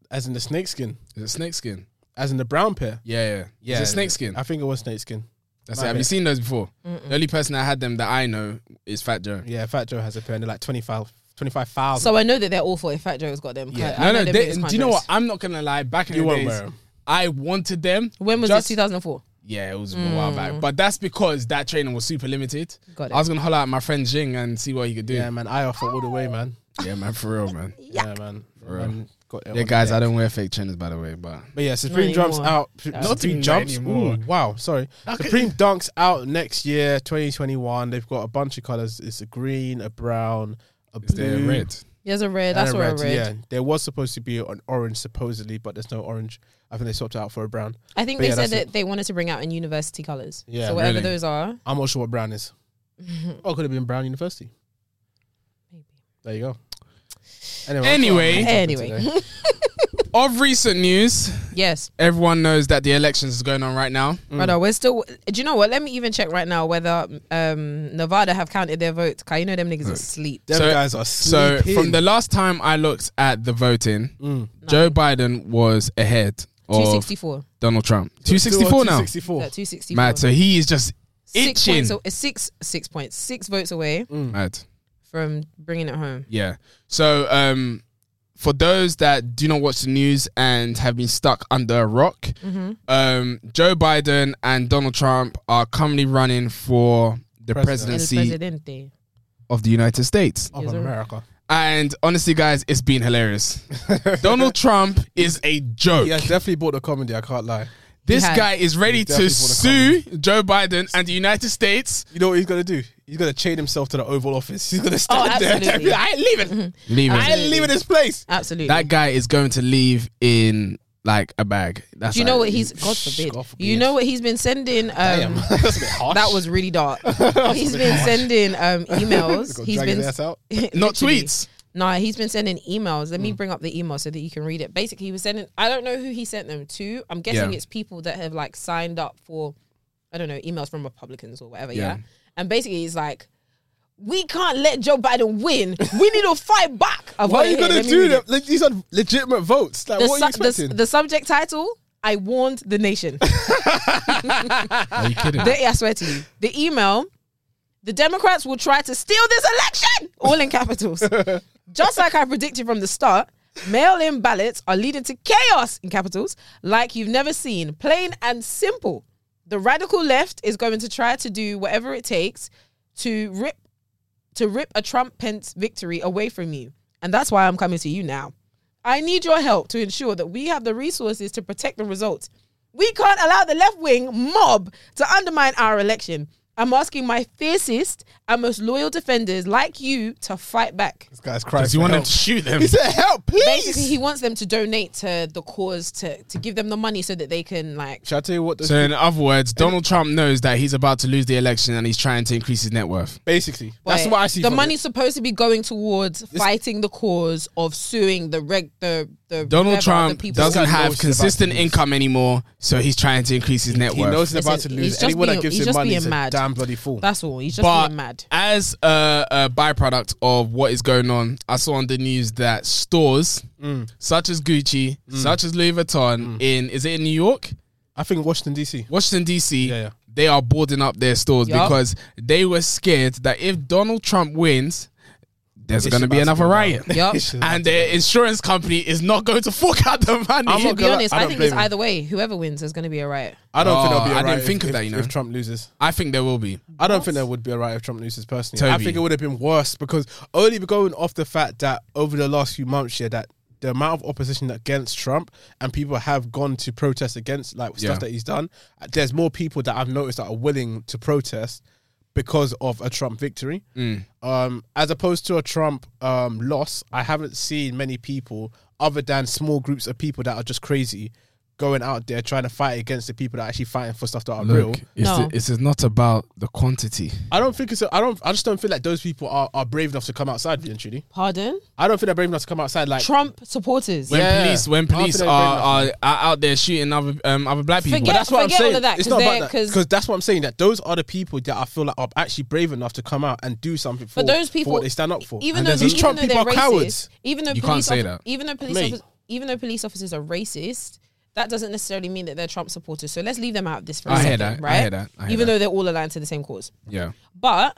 S1: As in the snake skin,
S3: Is it snake skin?
S1: as in the brown pair.
S3: Yeah, yeah. Is it snake skin?
S1: I think it was snake skin.
S3: That's
S1: might
S3: it. Have
S1: be.
S3: you seen those before? The only person that had them that I know is Fat Joe.
S1: Yeah, Fat Joe has a pair, and they're like 25 25,000.
S2: So I know that they're awful. In fact, Joe's got them.
S1: Yeah.
S2: I
S3: No, no.
S2: they're
S3: They,
S2: biggest
S3: do
S2: fan
S3: you know what?
S2: jokes.
S3: I'm not gonna lie. Back in
S1: You
S3: the
S1: won't
S3: days,
S1: wear 'em.
S3: I wanted them.
S2: When was
S3: Just-
S2: this? 2004.
S3: Yeah, it was a while back. But that's because that training was super limited.
S2: Got it.
S3: I was gonna holler at my friend Jing and see what he could do.
S1: yeah,
S3: Yeah,
S1: man, I offer all the way, man.
S3: man, for real, man.
S1: Yeah, man. Man got it on the
S3: Yeah, guys,
S1: day.
S3: I don't wear fake trainers, by the way. But
S1: But yeah, Supreme Jumps
S2: anymore.
S1: out.
S3: Not
S1: Supreme
S3: not
S1: Jumps.
S3: anymore.
S1: Ooh, wow, sorry. Supreme Dunks out next year, 2021. They've got a bunch of colors. It's a green, a brown, a
S3: is
S1: blue.
S3: there red?
S2: There's a red.
S1: and
S2: That's
S1: a
S2: what I read.
S1: Yeah, there was supposed to be an orange, supposedly, but there's no orange. I think they swapped it out for a brown.
S2: I think
S1: But
S2: they
S1: yeah,
S2: said
S1: that's
S2: that they wanted to bring out in university colors.
S1: Yeah,
S2: So whatever
S3: really.
S2: those are,
S1: I'm not sure what brown is. oh, could have been Brown University.
S2: Maybe.
S1: There you go. Anyway.
S3: Anyway.
S1: I'm talking
S2: Anyway.
S1: today.
S3: Of recent news,
S2: yes.
S3: everyone knows that the elections is going on right now.
S2: Brother, we're still. Do you know what? Let me even check right now whether um, Nevada have counted their votes. Cause you know them niggas is asleep.
S1: Them
S3: So-
S1: guys are
S3: So
S1: sleeping. Mm.
S3: from the last time I looked at the voting, Joe Biden was ahead of
S2: 264.
S3: Donald Trump. Two
S1: Still
S3: sixty
S1: on
S3: four now.
S1: 264.
S2: Yeah, 264.
S3: Mad. So he is just
S2: Six
S3: itching.
S2: points. aw- Six six points. Six votes away
S3: Mad.
S2: from bringing it home.
S3: Yeah. So um, for those that do not watch the news and have been stuck under a rock, um, Joe Biden and Donald Trump are currently running for the
S1: President. Oh.
S2: El
S3: presidency
S2: presidente.
S3: of the United States.
S1: Of America.
S3: And honestly, guys, it's been hilarious. Donald Trump is a joke.
S1: He has definitely bought the comedy, I can't lie.
S3: This
S2: He has.
S3: guy is ready
S1: definitely
S3: to
S1: bought a
S3: sue Joe Biden and the United States.
S1: You know what he's gonna do? He's gonna chain himself to the Oval Office. He's gonna
S2: Oh,
S1: stand there. And
S2: absolutely. Mm-hmm.
S1: be like, I ain't leaving.
S3: Leave
S1: I ain't leaving this place.
S2: Absolutely.
S3: That guy is going to leave in like a bag. That's
S2: Do you know
S3: like-
S2: what he's? God forbid.
S1: God forbid,
S2: You know what he's been sending. Um,
S1: That's a bit harsh.
S2: that was really dark. he's been sending um, emails.
S1: Gonna
S2: he's
S1: drag
S2: been
S1: his ass out.
S3: Not
S2: Literally.
S3: tweets.
S2: No, he's been sending emails. Let
S1: Mm.
S2: me bring up the email so that you can read it. Basically, he was sending. I don't know who he sent them to. I'm guessing
S3: Yeah.
S2: it's people that have like signed up for, I don't know, emails from Republicans or whatever.
S3: Yeah.
S2: Yeah. And basically, he's like, "We can't let Joe Biden win. We need to fight back." I've
S1: Why
S2: got
S1: are
S2: it here. Let
S1: you gonna
S2: me
S1: do
S2: read
S1: that?
S2: it.
S1: Like, These are legitimate votes. Like,
S2: The,
S1: what are you
S2: su- the s-
S1: expecting?
S2: the subject title. I warned the nation. Ah.
S3: Are you kidding?
S2: The, I swear to you. The email, the Democrats will try to steal this election, all in capitals. Just like I predicted from the start, mail in ballots are leading to chaos in capitals like you've never seen. Plain and simple. The radical left is going to try to do whatever it takes to rip to rip a Trump Pence victory away from you. And that's why I'm coming to you now. I need your help to ensure that we have the resources to protect the results. We can't allow the left wing mob to undermine our election. I'm asking my fiercest and most loyal defenders like you to fight back.
S1: this guy's crying.
S3: Does he want
S1: help.
S3: to shoot them?
S1: He said, "Help,
S2: Basically,
S1: please."
S2: he wants them to donate to the cause to, to give them the money so that they can like.
S1: Shall I tell you what? This
S3: So, in other words, Donald Trump knows that he's about to lose the election and he's trying to increase his net worth.
S1: basically, that's
S2: Wait,
S1: what I see.
S2: The
S1: from
S2: money's
S1: it.
S2: supposed to be going towards fighting the cause of suing the reg the the
S3: Donald
S2: whoever,
S3: Trump
S2: the people.
S3: doesn't
S1: This guy knows
S3: have
S1: he's
S3: consistent
S1: about to lose.
S3: income anymore, so he's trying to increase his net
S1: He
S3: worth.
S1: knows he's about to
S2: Listen,
S1: lose.
S2: he's just
S1: Anyone that
S2: being-
S1: gives
S2: he's
S1: him
S2: just
S1: money
S2: being
S1: is a
S2: mad.
S1: damn bloody fool.
S2: That's all. He's just
S3: but
S2: being mad.
S3: as a, a byproduct of what is going on, I saw on the news that stores such as Gucci, such as Louis Vuitton, in is it in New York,
S1: I think Washington D.C.
S3: Washington D.C.
S1: Yeah, yeah.
S3: They are boarding up their stores
S2: Yup.
S3: because they were scared that if Donald Trump wins, there's
S1: It's
S3: going to be
S1: about to
S3: another
S1: go down.
S3: riot.
S2: Yup.
S1: It's about
S3: And
S1: to
S3: the insurance company is not going to fork out the
S2: To
S1: I'm not
S3: money.
S2: be
S1: gonna-
S2: honest,
S1: I
S2: I,
S1: don't
S2: think it's
S1: blame you.
S2: either way. Whoever wins is going to be a riot.
S1: I don't think
S3: Oh,
S1: there'll be a
S3: I
S1: riot
S3: didn't
S1: if-
S3: think of
S1: if-
S3: that, you know.
S1: If Trump loses.
S3: I think there will be.
S1: I don't think there would be a riot if Trump loses personally. I
S3: Toby.
S1: think it would have been worse because only going off the fact that over the last few months here that the amount of opposition against Trump and people have gone to protest against like
S3: Yeah.
S1: stuff that he's done. There's more people that I've noticed that are willing to protest because of a Trump victory.
S3: Mm.
S1: Um, as opposed to a Trump um, loss, I haven't seen many people other than small groups of people that are just crazy going out there trying to fight against the people that are actually fighting for stuff that are real.
S3: it's,
S2: No.
S3: it's not about the quantity.
S1: I don't think it's. A, I don't. I just don't feel like those people are, are brave enough to come outside. Eventually,
S2: Pardon?
S1: I don't think they're brave enough to come outside. Like
S2: Trump supporters.
S3: When
S1: Yeah.
S3: police, when
S1: Half of
S3: police
S1: them
S3: are,
S1: bring
S3: are, are out there shooting other um, other black people,
S2: Forget-
S1: that's what I'm
S2: forget all
S1: saying.
S2: of that,
S1: it's
S2: 'cause
S1: not
S2: they're-
S1: about that
S2: 'cause-
S1: because that's what I'm saying. That those are the people that I feel like are actually brave enough to come out and do something for,
S2: But those people,
S1: for what they stand up for.
S2: Even
S1: And
S2: though
S1: there's- these
S2: even
S1: Trump
S2: though
S1: people are
S2: they're racist,
S1: cowards.
S2: Even though
S3: You
S2: police
S3: can't say
S2: offi-
S3: that.
S2: Even though police
S1: Mate.
S2: officers, even though police officers are racist, that doesn't necessarily mean that they're Trump supporters. So let's leave them out of this for a
S3: I hear
S2: second,
S3: that, I
S2: right?
S3: hear that, I hear
S2: even
S3: that.
S2: though they're all aligned to the same cause,
S3: yeah,
S2: but.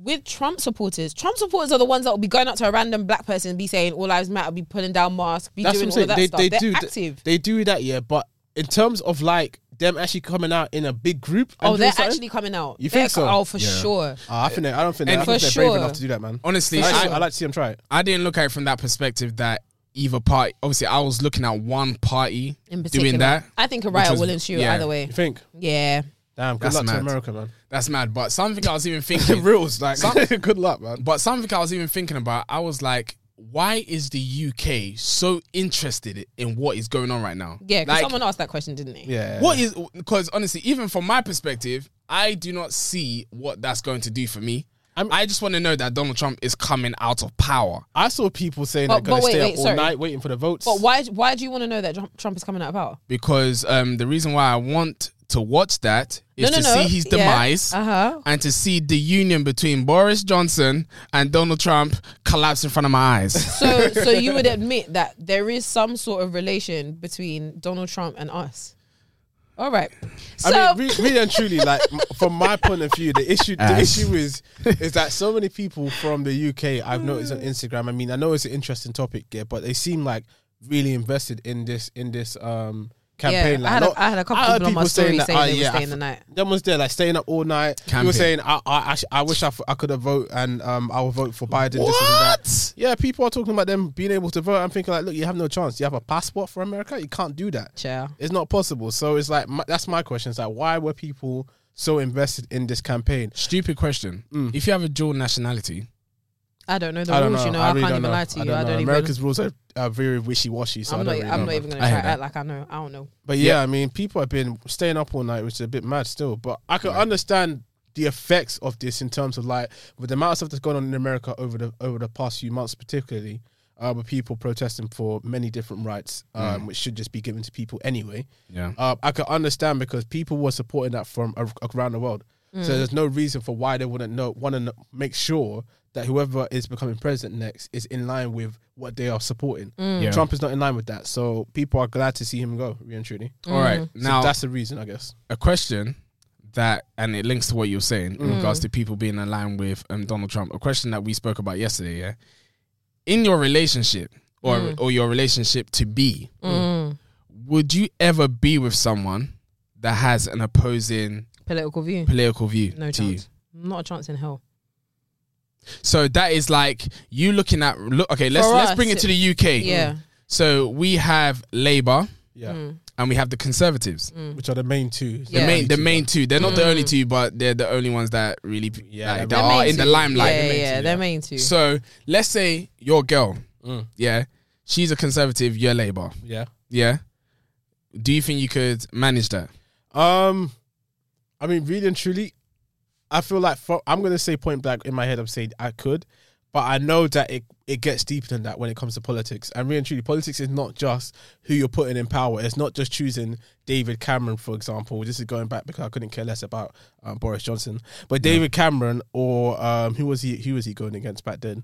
S2: With Trump supporters, Trump supporters are the ones that will be going up to a random black person and be saying all lives matter, be pulling down masks, be
S1: That's
S2: doing
S1: what I'm
S2: all
S1: saying.
S2: of that
S1: They,
S2: stuff.
S1: they
S2: are
S1: do th-
S2: active.
S1: They do that, yeah. But in terms of like them actually coming out in a big group, and
S2: oh,
S1: doing
S2: they're
S1: something,
S2: actually coming out.
S1: You
S2: They're
S1: think so?
S2: co- Oh, for
S3: Yeah.
S2: sure.
S1: Ah, I think they, I don't think, they, I
S3: And
S1: think
S2: for
S1: they're brave
S2: sure.
S1: enough to do that, man.
S3: honestly,
S1: I,
S3: I,
S1: I like to see them try it.
S3: I didn't look at it from that perspective that either party. Obviously, I was looking at one party
S2: In particular,
S3: doing that.
S2: I think a
S3: which
S2: riot
S3: was-
S2: will ensue
S3: yeah.
S2: either way.
S1: You think?
S2: Yeah.
S1: Damn, good
S3: That's
S1: luck
S3: mad.
S1: to America, man.
S3: That's mad. But something I was even thinking,
S1: Reals, like good luck, man.
S3: but something I was even thinking about, I was like, why is the UK so interested in what is going on right now?
S2: Yeah, because
S3: like,
S2: someone asked that question, didn't they?
S1: Yeah.
S3: What is because honestly, even from my perspective, I do not see what that's going to do for me.
S1: I'm-
S3: i just want to know that Donald Trump is coming out of power.
S1: I saw people saying
S2: But-
S1: they're going
S2: but
S1: to
S2: wait,
S1: stay
S2: wait,
S1: up all
S2: sorry.
S1: night waiting for the votes.
S2: But why? Why do you want to know that Trump- Trump is coming out of power?
S3: Because um, the reason why I want to watch that is
S2: No,
S3: to
S2: no, no.
S3: see his
S2: Yeah.
S3: demise
S2: Uh-huh.
S3: and to see the union between Boris Johnson and Donald Trump collapse in front of my eyes.
S2: So, so you would admit that there is some sort of relation between Donald Trump and us. All right. So,
S1: I mean, re- really and truly, like m- from my point of view, the issue the
S3: Ass.
S1: issue is is that so many people from the UK I've noticed
S2: Mm.
S1: on Instagram. I mean, I know it's an interesting topic, yeah, but they seem like really invested in this in this um campaign.
S2: yeah,
S1: like,
S2: I had,
S1: not-
S2: a, I had a couple
S1: heard
S2: people on my
S1: people
S2: story saying,
S1: "Ah,
S2: they
S1: yeah,
S2: were
S1: I
S2: staying the
S1: f-
S2: night.
S1: Them was there, like staying up all night. People
S3: Camping.
S1: saying, "I, I, I, sh- I wish I, f- I could have voted, and um, I will vote for Biden." This is that.
S3: What?
S1: Yeah, people are talking about them being able to vote. I'm thinking like, look, you have no chance. You have a passport for America. You can't do that.
S2: Child.
S1: It's not possible. So it's like my, that's my question. It's like, why were people so invested in this campaign?
S3: Stupid question. If you have a dual nationality,
S2: I don't know the
S1: I don't
S2: rules,
S1: know.
S2: you know. I,
S1: I, really
S2: can't
S1: don't
S2: even
S1: know.
S2: lie to you. I don't, even.
S1: America's rules are, are very wishy washy. So
S2: I'm
S1: I'm
S2: not. e-
S1: not. Really
S2: I'm
S1: know,
S2: not
S1: man.
S2: even gonna
S3: I
S2: try
S3: hear
S2: to
S3: that.
S2: act like I know. I don't know.
S1: But yeah,
S3: Yeah.
S1: I mean, people have been staying up all night, which is a bit mad still. But I can understand the effects of this in terms of like with the amount of stuff that's gone on in America over the over the past few months, particularly uh, with people protesting for many different rights, um, which should just be given to people anyway.
S3: yeah,
S1: Uh, I can understand because people were supporting that from ar- around the world. So there's no reason for why they wouldn't know want to make sure that whoever is becoming president next is in line with what they are supporting.
S3: Yeah.
S1: Trump is not in line with that, so people are glad to see him go. Really and truly.
S2: Mm.
S3: All right.
S1: Now
S3: Now
S1: that's the reason, I guess.
S3: a question that and it links to what you were saying
S2: Mm.
S3: in regards to people being aligned with um, Donald Trump. A question that we spoke about yesterday, yeah. In your relationship or
S2: Mm.
S3: or your relationship to be, would you ever be with someone that has an opposing
S2: Political view.
S3: political view
S2: No
S3: to you?
S2: chance. Not a chance in hell.
S3: So that is like you looking at look okay, let's
S2: For
S3: let's
S2: us,
S3: bring it to the UK.
S2: Yeah.
S3: So we have Labour
S1: Yeah,
S2: Mm.
S3: and we have the Conservatives.
S1: which are the main two.
S2: Yeah. Mm.
S3: The main, the
S1: two.
S3: main two. They're not the only two, but they're the only ones that really,
S1: Yeah,
S3: yeah, like,
S1: they're
S3: that are in the limelight.
S2: Yeah,
S1: They're main
S2: yeah,
S1: two,
S2: they're
S1: yeah.
S2: main two.
S3: So let's say your girl, yeah, she's a conservative, you're Labour,
S1: Mm, Yeah.
S3: yeah. Do you think you could manage that?
S1: Um, I mean, really and truly, I feel like for, I'm gonna say point blank in my head. I'm saying I could, but I know that it it gets deeper than that when it comes to politics. And really and truly, politics is not just who you're putting in power. It's not just choosing David Cameron, for example. This is going back because I couldn't care less about um, Boris Johnson, but David Cameron or um, who was he? Who was he going against back then?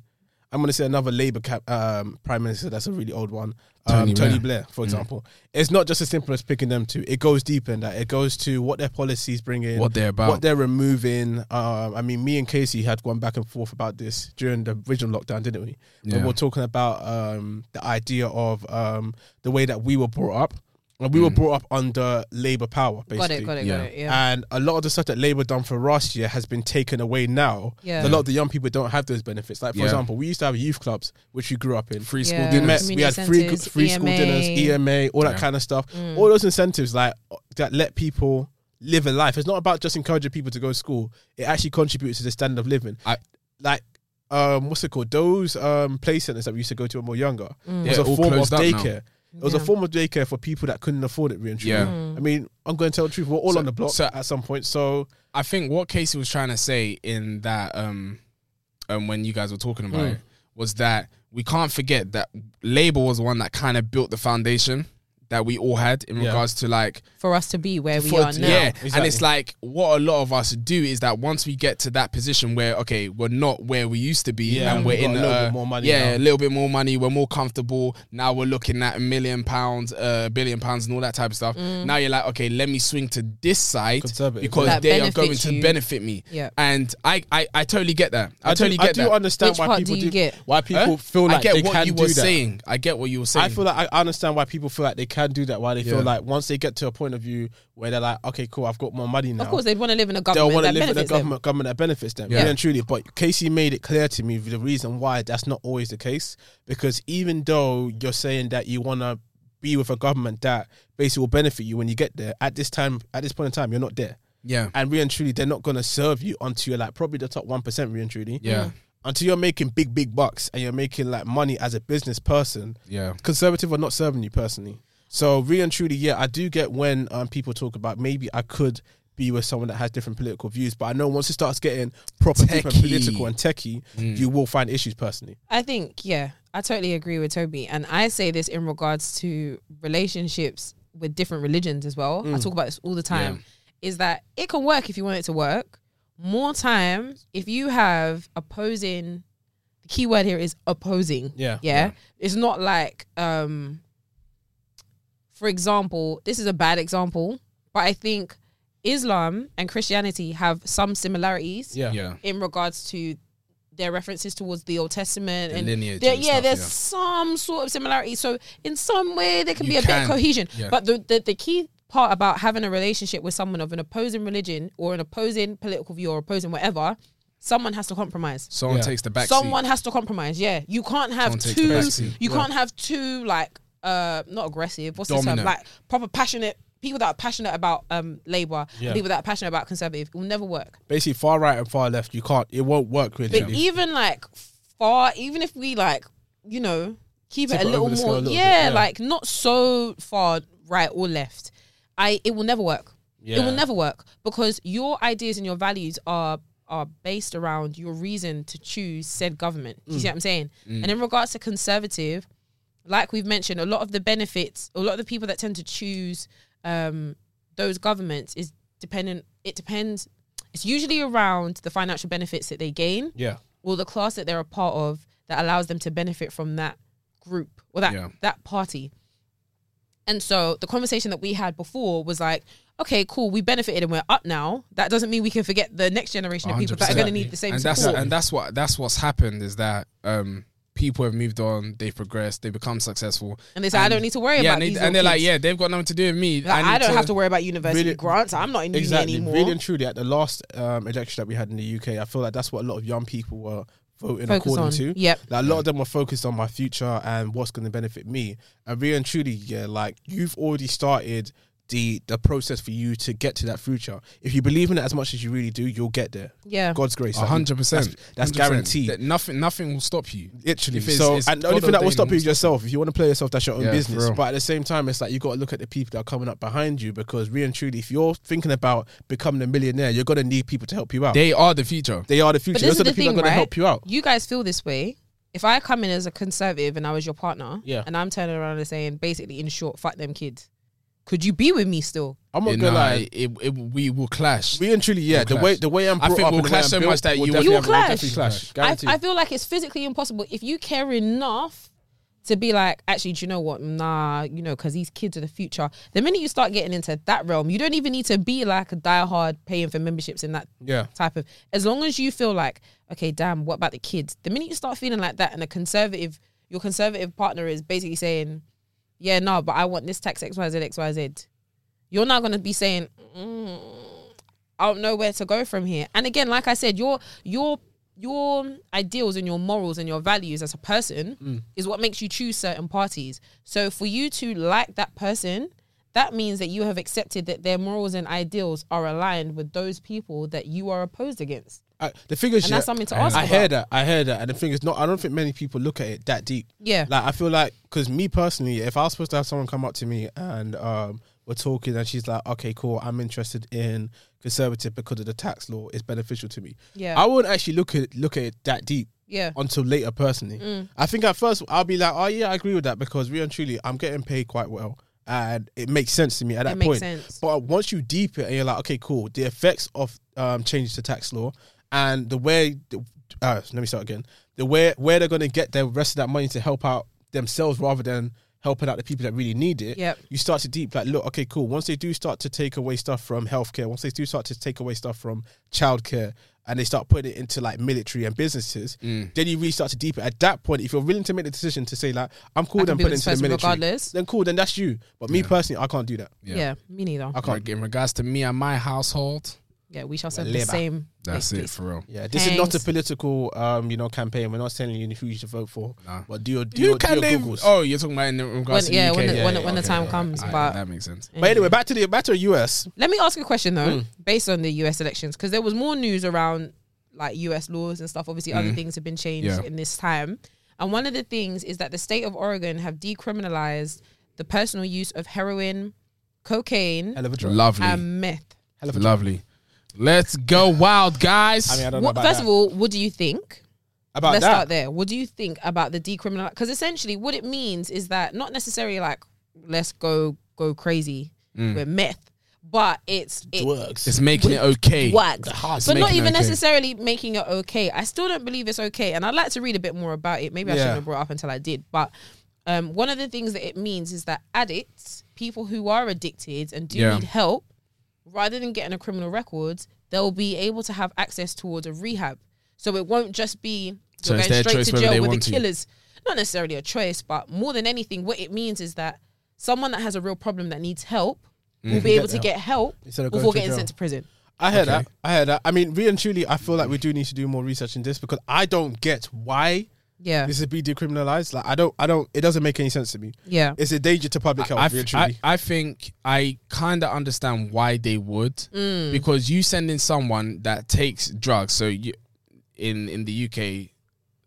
S1: I'm going to say another Labour cap, um, prime minister. That's a really old one. Um,
S3: Tony
S1: Tony,
S3: Blair.
S1: Blair. for example. It's not just as simple as picking them two. It goes deeper than that. It goes to what their policies bring in,
S3: What they're about.
S1: what they're removing. Um, I mean, me and Casey had gone back and forth about this during the original lockdown, didn't we? When
S3: Yeah.
S1: we were talking about um, the idea of um, the way that we were brought up. And we were
S3: Mm.
S1: brought up under Labour power,
S2: Got
S1: basically.
S2: it, got it,
S3: Yeah.
S2: got it. Yeah.
S1: And a lot of the stuff that Labour done for last year has been taken away now.
S2: Yeah.
S1: A lot of the young people don't have those benefits. Like, for
S3: Yeah.
S1: example, we used to have youth clubs, which we grew up in.
S3: Free school
S2: Yeah.
S1: we,
S3: dinners.
S1: met, we
S2: Community E
S1: had free,
S2: centres,
S1: free school
S2: EMA.
S1: dinners, EMA, all that
S3: Yeah.
S1: kind of stuff.
S2: Mm.
S1: All those incentives like that let people live a life. It's not about just encouraging people to go to school. It actually contributes to the standard of living.
S3: I-
S1: like, um, what's it called? Those um, play centers that we used to go to when we were younger. It was
S3: Yeah, all
S1: a form of
S3: closed up now.
S1: daycare. It was a
S2: Mm. Yeah. Mm.
S1: form of daycare for people that couldn't afford it. Really, and truly.
S3: Yeah.
S1: I mean, I'm going to tell the truth. We're all
S3: So-
S1: on the block
S3: so-
S1: at some point. So
S3: I think what Casey was trying to say in that um um when you guys were talking about it was that we can't forget that Labour was the one that kind of built the foundation that we all had in
S1: Yeah.
S3: regards to like
S2: For us to be where we
S3: for-
S2: are now.
S3: Yeah, and
S1: Exactly.
S3: it's like what a lot of us do is that once we get to that position where okay, we're not where we used to be,
S1: Yeah,
S3: and we're
S1: we've
S3: in
S1: got a little
S3: uh,
S1: bit more money
S3: Yeah,
S1: now.
S3: a little bit more money. We're more comfortable now. We're looking at a million pounds, a billion pounds, and all that type of stuff. Now you're like, okay, let me swing to this side
S1: Conservative.
S3: because
S2: Mm. That
S3: they are
S2: benefits
S3: going to
S2: you.
S3: benefit me.
S2: Yeah.
S3: and I, I, I totally get that. I, totally
S1: do,
S3: get
S1: I do
S3: that.
S1: understand
S2: Which
S1: why
S2: part
S1: people
S2: do you get?
S1: why people feel like
S3: I get
S1: they
S3: what
S1: can
S3: you
S1: do
S3: were
S1: that.
S3: saying. I get what you were saying.
S1: I feel like I understand why people feel like they can do that. Why they
S3: Yeah.
S1: feel like once they get to a point of view where they're like, okay, cool, I've got more money now.
S2: Of course, they'd want to live in a
S1: they'll
S2: government
S1: want to
S2: that
S1: live in a
S2: benefits them.
S1: government government that benefits them.
S3: Yeah.
S1: Yeah. and truly. But Casey made it clear to me the reason why that's not always the case. Because even though you're saying that you want to be with a government that basically will benefit you when you get there, at this time, at this point in time, you're not there.
S3: yeah,
S1: And really and truly, they're not going to serve you until you're like probably the top 1%, really and truly.
S2: Mm.
S3: yeah,
S1: Until you're making big, big bucks and you're making like money as a business person,
S3: yeah.
S1: conservative are not serving you personally. So really and truly, yeah, I do get when um, people talk about maybe I could be with someone that has different political views, but I know once it starts getting proper deep and
S3: Techie.
S1: political and techie, you will find issues personally.
S2: I think, yeah, I totally agree with Toby. And I say this in regards to relationships with different religions as well.
S1: Mm.
S2: I talk about this all the time. Is that it can work if you want it to work. More time if you have opposing the key word here is opposing.
S1: Yeah.
S2: yeah. It's not like um for example, this is a bad example, but I think Islam and Christianity have some similarities
S1: Yeah.
S3: yeah.
S2: in regards to their references towards the Old Testament
S3: The
S2: and
S3: lineage
S2: there-
S3: and
S2: yeah,
S3: stuff,
S2: there's
S3: yeah.
S2: some sort of similarity. So in some way, there can
S3: You
S2: be a bit
S3: can,
S2: of cohesion.
S3: yeah.
S2: But the, the the key part about having a relationship with someone of an opposing religion or an opposing political view or opposing whatever, someone has to compromise.
S3: Someone
S1: Yeah.
S3: takes the back seat.
S2: Someone has to compromise. Yeah, you can't have
S3: Someone takes the
S2: two.
S3: back seat.
S2: You can't have two like uh not aggressive. What's the
S3: Dominant.
S2: term? Like proper passionate people that are passionate about um labor,
S1: Yeah.
S2: people that are passionate about conservative. It will never work.
S1: Basically, far right and far left, you can't. It won't work really.
S2: But even like far, even if we like, you know, keep
S1: Tip
S2: it a
S1: it
S2: little
S1: over the scale
S2: more,
S1: a little bit,
S2: yeah,
S1: yeah.
S2: like not so far right or left. I it will never work. It
S1: Yeah.
S2: will never work because your ideas and your values are are based around your reason to choose said government. Do You
S1: Mm.
S2: see what I'm saying? And in regards to conservative, like we've mentioned, a lot of the benefits, a lot of the people that tend to choose um, those governments is dependent. It depends. It's usually around the financial benefits that they gain
S1: yeah,
S2: or the class that they're a part of that allows them to benefit from that group or that
S3: Yeah.
S2: that party. And so the conversation that we had before was like, okay, cool, we benefited and we're up now. That doesn't mean we can forget the next generation of people that are
S3: 100%.
S2: going to need the same
S3: and that's
S2: support.
S3: and that's what that's what's happened is that um people have moved on, they've progressed, they've become successful.
S2: And they say, I don't need to worry
S3: yeah,
S2: about
S3: and, they,
S2: these
S3: and
S2: little
S3: they're like,
S2: kids.
S3: yeah, they've got nothing to do with me.
S2: Like, I,
S3: need
S2: don't have to worry about university
S1: Really-
S2: grants. I'm not in
S1: exactly.
S2: uni
S1: Really
S2: anymore.
S1: and truly, at the last um, election that we had in the UK, I feel like that's what a lot of young people were voting
S2: Focus
S1: according
S2: on.
S1: to.
S2: Yep.
S1: Like, a lot of them were focused on my future and what's going to benefit me. And really and truly, yeah, like you've already started the the process for you to get to that future. If you believe in it as much as you really do, you'll get there.
S2: Yeah.
S1: God's grace.
S3: A hundred percent.
S1: That's, that's
S3: 100%.
S1: guaranteed.
S3: That nothing, nothing will stop you.
S1: Literally.
S3: If it's-
S1: so,
S3: it's
S1: and the only
S3: God
S1: thing that will
S3: ordained,
S1: stop
S3: it
S1: you
S3: will
S1: is yourself. If you want to play yourself, that's your own
S3: Yeah, for
S1: business.
S3: real.
S1: But at the same time, it's like you got to look at the people that are coming up behind you because, really and truly, if you're thinking about becoming a millionaire, you're going to need people to help you out. They,
S3: They are the future.
S1: are the future.
S2: But this
S1: Those
S2: is
S1: are the
S2: the
S1: people
S2: thing,
S1: that are going
S2: right?
S1: to help you out.
S2: You guys feel this way. If I come in as a conservative and I was your partner,
S1: Yeah.
S2: and I'm turning around and saying, basically, in short, fuck them kids, Could you be with me still?
S1: I'm
S3: You
S1: not
S3: know,
S1: gonna lie.
S3: it, it- we will clash.
S1: We and truly, yeah.
S3: We'll
S1: the way
S3: clash.
S1: the way I'm
S3: I
S1: brought
S3: think
S1: up and
S3: we'll
S1: the way
S3: clash
S1: I'm
S3: so
S1: built,
S3: much that
S1: we'll
S3: you-
S1: definitely
S2: You
S1: have- we'll
S2: clash.
S1: definitely clash.
S2: I,
S1: Guaranteed.
S2: I feel like it's physically impossible if you care enough to be like, actually, do you know what? Nah, you know, because these kids are the future. The minute you start getting into that realm, you don't even need to be like a diehard paying for memberships in that
S1: yeah.
S2: type of. As long as you feel like, okay, damn, what about the kids? The minute you start feeling like that, and a conservative, your conservative partner is basically saying, yeah, no, but I want this tax X Y Z X Y Z. You're not gonna be saying, mm, I don't know where to go from here. And again, like I said, your your your ideals and your morals and your values as a person
S3: Mm.
S2: is what makes you choose certain parties. So for you to like that person, that means that you have accepted that their morals and ideals are aligned with those people that you are opposed against.
S1: I, the thing is,
S2: And
S1: yeah,
S2: that's something to ask
S1: I
S2: about.
S1: hear that. I hear that. And the thing is, not. I don't think many people look at it that deep.
S2: Yeah.
S1: Like I feel like, because me personally, if I was supposed to have someone come up to me and um, we're talking, and she's like, "Okay, cool, I'm interested in conservative because of the tax law. It's beneficial to me."
S2: Yeah.
S1: I wouldn't actually look at look at it that deep
S2: yeah. Mm.
S1: until later personally. I think at first I'll be like, oh yeah, I agree with that because real and truly I'm getting paid quite well and it makes sense to me at that
S2: makes
S1: point.
S2: sense.
S1: But once you deep it and you're like, okay, cool, the effects of um, changes to tax law and the way, the, uh, let me start again, the way where they're going to get the rest of that money to help out themselves rather than helping out the people that really need it
S2: Yep.
S1: you start to deep like look okay cool once they do start to take away stuff from healthcare once they do start to take away stuff from childcare and they start putting it into like military and businesses then you really start to deep it at that point if you're willing to make the decision to say like i'm cool
S2: I can
S1: then
S2: be
S1: put
S2: with
S1: it
S2: this
S1: into the
S2: person
S1: military
S2: regardless.
S1: then cool then that's you but me personally i can't do that
S2: yeah. Me neither.
S1: i can't
S3: In regards to me and my household,
S2: Yeah. We shall serve the
S1: Labour.
S2: same.
S3: that's
S2: Wait,
S3: it for real.
S1: yeah this is not a
S2: Thanks.
S1: political um you know campaign we're not telling you who you should vote for
S3: Nah.
S1: but do your do
S3: You
S1: your, do
S3: can
S1: your
S3: they?
S1: Googles.
S3: Oh, you're talking about in regards
S2: When-
S3: to
S2: yeah,
S3: UK.
S2: when the-
S3: yeah,
S2: when the-
S3: yeah,
S2: when the
S3: okay,
S2: time
S3: alright,
S2: comes,
S3: alright,
S2: but-
S3: that makes sense.
S1: but
S2: Mm.
S1: anyway back to the back to the us
S2: Let me ask a question though,
S1: Mm.
S2: based on the US elections, because there was more news around like US laws and stuff. Obviously,
S1: Mm.
S2: other things have been changed
S3: Yeah.
S2: in this time. And one of the things is that the state of Oregon have decriminalized the personal use of heroin, cocaine,
S1: hell of a drug
S3: Lovely,
S2: and meth.
S1: hell of a drug.
S3: lovely. Let's go wild, guys.
S1: i mean i don't know
S2: What,
S1: about
S2: first
S1: that.
S2: of all, what do you think?
S1: about
S2: Let's
S1: that
S2: start there. What do you think about the decriminal? Because essentially, what it means is that not necessarily like let's go go crazy
S1: Mm.
S2: with meth, but it's it,
S1: works
S3: it's making it okay.
S2: works.
S3: It's
S2: But not
S3: making it
S2: even
S3: okay.
S2: necessarily making it okay. I still don't believe it's okay. And I'd like to read a bit more about it. Maybe I
S1: Yeah.
S2: shouldn't have brought it up until I did. But um, one of the things that it means is that addicts, people who are addicted and do
S3: Yeah.
S2: need help, rather than getting a criminal record, they'll be able to have access towards a rehab. So it won't just be you're
S3: So it's
S2: going
S3: their
S2: straight
S3: choice
S2: to
S3: whether they
S2: jail with the
S3: want to.
S2: killers. Not necessarily a choice, but more than anything, what it means is that someone that has a real problem that needs help will be able to get help
S1: Instead of going
S2: before
S1: to
S2: getting
S1: jail.
S2: sent to prison.
S1: I hear that. I hear that. I mean, really and truly, I feel like we do need to do more research in this because I don't get why
S2: Yeah.
S1: this is being decriminalized. Like, I don't, I don't. It doesn't make any sense to me.
S2: Yeah.
S1: It's a danger to public health.
S3: I,
S1: really and
S3: f-
S1: truly.
S3: I, I think I kind of understand why they would because you send in someone that takes drugs. So you, in in the UK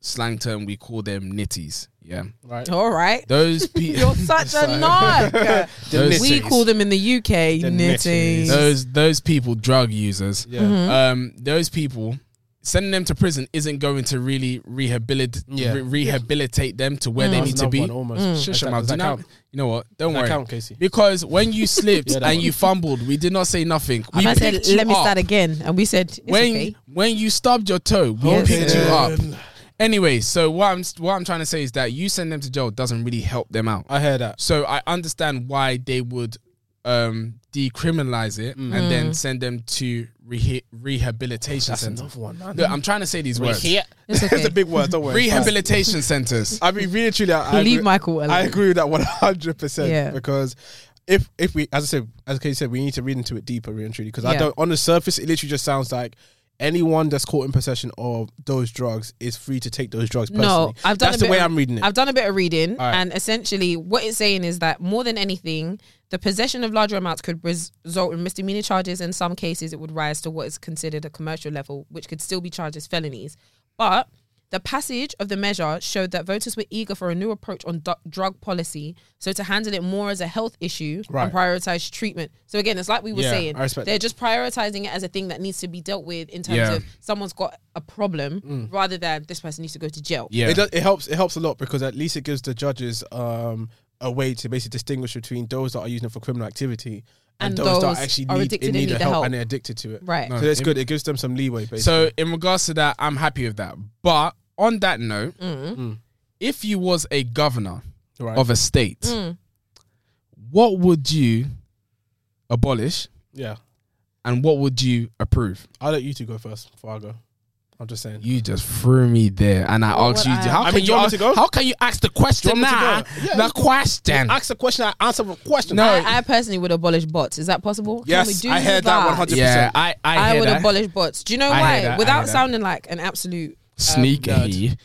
S3: slang term, we call them nitties. Yeah,
S1: right.
S2: All right.
S3: those people.
S2: You're such a narc.
S3: Those-
S2: we
S3: nitties.
S2: call them in the UK
S1: The
S2: nitties.
S1: nitties. No.
S3: those those people drug users.
S1: Yeah.
S3: Um, those people sending them to prison isn't going to really rehabilitate
S1: Yeah.
S3: re- rehabilitate them to where they
S1: That's
S3: need to
S1: another
S3: be.
S1: one almost.
S3: Shush
S1: Does
S3: your
S1: that-
S3: mouth.
S1: does
S3: Do
S1: that
S3: you know-
S1: count?
S3: you know what?
S1: Does
S3: Don't
S1: that
S3: worry.
S1: count, Casey?
S3: Because when you slipped
S1: Yeah, that
S3: and
S1: one.
S3: you fumbled, we did not say nothing. We
S2: I said,
S3: picked you
S2: let me
S3: up.
S2: start again. And we said, it's
S3: when
S2: okay.
S3: when you stubbed your toe, we
S2: Yes.
S3: picked you up.
S1: Then-
S3: Anyway, so what I'm what I'm trying to say is that you send them to jail doesn't really help them out.
S1: I hear that.
S3: So I understand why they would um decriminalize it
S2: Mm.
S3: and then send them to reha- rehabilitation centers.
S1: one, man.
S3: Look, I'm trying to say these words.
S2: It's
S1: That's a
S2: okay.
S1: big word. Don't worry.
S3: Rehabilitation centers.
S1: I mean, really and truly, I, I
S2: Leave
S1: agree-
S2: Michael alone.
S1: I agree with that one hundred
S2: Yeah.
S1: percent because. If, if we as I said as Katie said we need to read into it deeper really and truly because I
S2: Yeah.
S1: don't on the surface it literally just sounds like anyone that's caught in possession of those drugs is free to take those drugs personally.
S2: No, I've done
S1: that's
S2: a
S1: the
S2: bit
S1: way
S2: of-
S1: I'm reading it.
S2: I've done a bit of reading,
S1: right.
S2: and essentially, what it's saying is that more than anything, the possession of larger amounts could res- result in misdemeanor charges. In some cases, it would rise to what is considered a commercial level, which could still be charged as felonies. But the passage of the measure showed that voters were eager for a new approach on du- drug policy, so to handle it more as a health issue
S1: Right.
S2: and prioritize treatment. So again, it's like we were
S1: Yeah,
S2: saying,
S1: I respect
S2: they're just prioritizing it as a thing that needs to be dealt with in terms
S3: Yeah.
S2: of someone's got a problem rather than this person needs to go to jail.
S3: Mm. Yeah.
S1: It, does, it helps. It helps a lot because at least it gives the judges um, a way to basically distinguish between those that are using it for criminal activity and,
S2: And
S1: those,
S2: those
S1: that actually
S2: are
S1: need,
S2: addicted
S1: in
S2: and
S1: need
S2: need
S1: of
S2: the
S1: help,
S2: help.
S1: and they're addicted to it.
S2: Right.
S3: No.
S1: So that's
S3: Im-
S1: good. It gives them some leeway. Basically.
S3: So in regards to that, I'm happy with that. But on that note,
S2: Mm.
S3: if you was a governor
S1: Mm. right.
S3: of a state,
S2: Mm.
S3: what would you abolish
S1: yeah,
S3: and what would you approve?
S1: I'll let you two go first. Before I go, I'm just saying.
S3: You just threw me there, and I
S2: What
S3: asked
S2: would
S3: you,
S2: I-
S3: how
S1: I mean,
S3: can
S1: do
S3: you
S1: you want me
S3: ask-
S1: to go?
S3: how can you ask the question
S1: want me to
S3: now?
S1: go? Yeah,
S3: the
S1: you-
S3: question.
S1: Ask a question. I answer a question.
S3: No.
S2: I, I personally would abolish bots. Is that possible? Can
S1: Yes,
S2: we do
S1: I heard that 100%.
S3: yeah, I I,
S2: I, um,
S3: hear
S2: would
S3: that.
S2: abolish bots. Do you know
S3: I hear
S2: why?
S3: that, I hear
S2: Without
S3: that.
S2: sounding like an absolute.
S3: sneaky.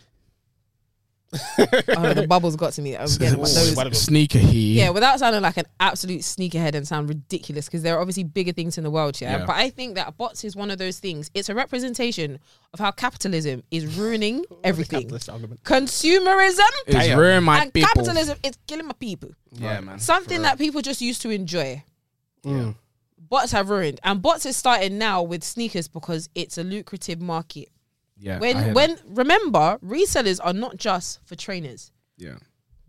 S2: Oh, the bubbles got to me. I was getting my nose.
S1: What-
S3: sneaker he.
S2: Yeah, without sounding like an absolute sneakerhead and sound ridiculous, because there are obviously bigger things in the world, yeah?
S3: Yeah.
S2: But I think that bots is one of those things. It's a representation of how capitalism is ruining everything.
S1: Capitalist argument.
S2: Consumerism
S3: It's
S1: Damn.
S3: ruining my
S2: and
S3: people.
S2: capitalism is killing my people.
S3: Yeah, man.
S2: Something that people just used to enjoy.
S1: Mm.
S2: Bots have ruined, and bots is starting now with sneakers because it's a lucrative market.
S3: Yeah, I
S2: When
S3: hear that.
S2: when remember resellers are not just for trainers.
S3: yeah.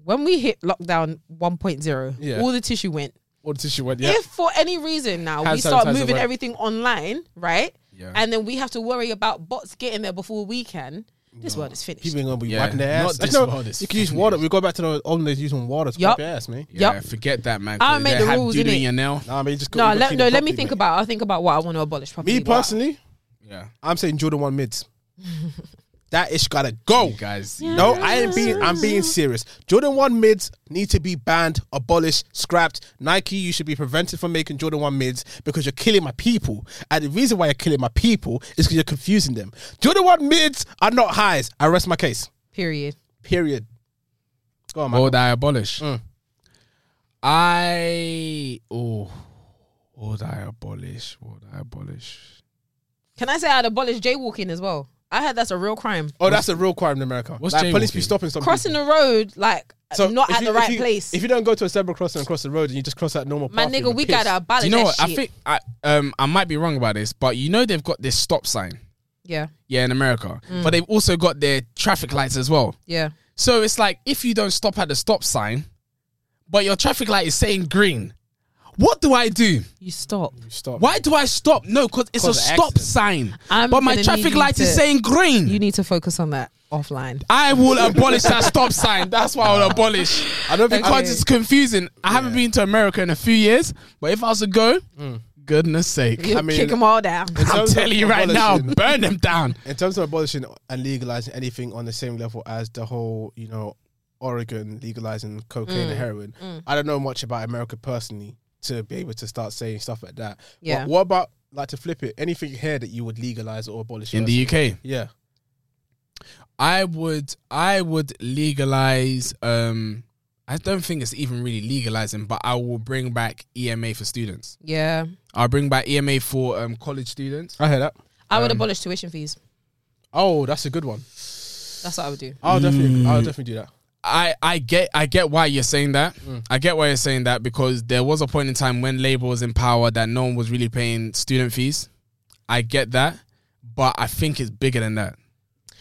S2: When we hit lockdown 1.0,
S1: Yeah.
S2: all the tissue went.
S1: What tissue went? Yeah.
S2: If for any reason now we
S1: Hand
S2: start
S1: sanitizer
S2: moving
S1: went.
S2: everything online, right?
S3: Yeah.
S2: And then we have to worry about bots getting there before we can. This world is finished.
S1: People ain't gonna be
S3: Yeah.
S1: wiping their
S3: Not
S1: ass.
S3: this
S1: No,
S3: world, it's
S1: you can use
S3: fucking
S1: water.
S3: used.
S1: We go back to the old days using water to
S2: Yup.
S1: wipe your ass, man.
S3: Yeah,
S2: Yup.
S3: forget that, man.
S2: I made
S3: They
S2: the
S3: have
S2: rules,
S3: doodoo
S2: innit?
S3: in your nail.
S1: Nah, I mean, just go-
S2: no,
S1: go
S2: let,
S1: clean
S2: no.
S1: it
S2: Let me
S1: properly,
S2: think
S1: mate.
S2: about. I'll think about what I want to abolish. Properly,
S1: Me
S2: but-
S1: personally,
S3: Yeah.
S1: I'm saying Jordan one mids. that ish gotta go.
S3: You Oh, guys.
S1: No, I ain't being. I'm being serious. Jordan One mids need to be banned, abolished, scrapped. Nike, you should be prevented from making Jordan One mids because you're killing my people. And the reason why you're killing my people is because you're confusing them. Jordan One mids are not highs. I rest my case.
S2: Period.
S1: Period. Go on, man.
S3: Or I abolish.
S1: Mm.
S3: I oh, would I abolish? Would I abolish?
S2: Can I say I'd abolish jaywalking as well? I heard that's a real crime.
S1: oh, that's a real crime in America.
S3: What's
S1: like, police
S3: jaywalking?
S1: be stopping some
S2: Crossing
S1: people.
S2: the road, like not
S1: if
S2: at
S1: you-
S2: the
S1: if
S2: right
S1: you-
S2: place.
S1: If you don't go to a zebra crossing and cross the road and you just cross that normal
S2: My
S1: path,
S2: nigga,
S1: you're
S2: we
S1: pissed.
S2: gotta abolish
S3: Do you know
S2: that
S3: what?
S2: shit.
S3: I think I um I might be wrong about this, but you know they've got this stop sign.
S2: yeah,
S3: Yeah, in America,
S2: Mm.
S3: but they've also got their traffic lights as well.
S2: yeah.
S3: So it's like if you don't stop at the stop sign, but your traffic light is saying green, what do I do?
S2: You stop.
S1: Stop.
S3: Why do I stop? No, because it's a
S1: Cause an
S3: stop
S1: accident.
S3: sign.
S2: I'm
S3: but my
S2: gonna
S3: traffic
S2: need you
S3: light is
S2: to-
S3: saying green.
S2: You need to focus on that offline.
S3: I will abolish that stop sign. That's what I will abolish.
S1: I don't think
S3: Because
S1: I,
S2: Okay.
S3: it's confusing. I haven't been to America in a few years, but if I was to go, goodness sake.
S2: You
S1: I mean-
S2: kick them all down.
S3: I'm
S1: terms of
S3: telling you right now,
S1: abolishing-
S3: burn them down.
S1: in terms of abolishing and legalizing anything on the same level as the whole, you know, Oregon legalizing cocaine
S2: Mm.
S1: and heroin, I don't know much about America personally to be able to start saying stuff like that.
S2: Yeah.
S1: But what about like to flip it? Anything here that you would legalize or abolish
S3: In
S1: first?
S3: the UK,
S1: yeah,
S3: I would I would legalize um I don't think it's even really legalizing, but I will bring back EMA for students.
S2: Yeah,
S3: I'll bring back EMA for um college students.
S1: I hear that.
S2: I
S1: Um,
S2: would abolish tuition fees.
S1: Oh, that's a good one.
S2: That's what I would do.
S1: I'll definitely, I'll definitely do that.
S3: I, I get I get why you're saying that. I get why you're saying that because there was a point in time when Labour was in power that no one was really paying student fees. I get that, but I think it's bigger than that.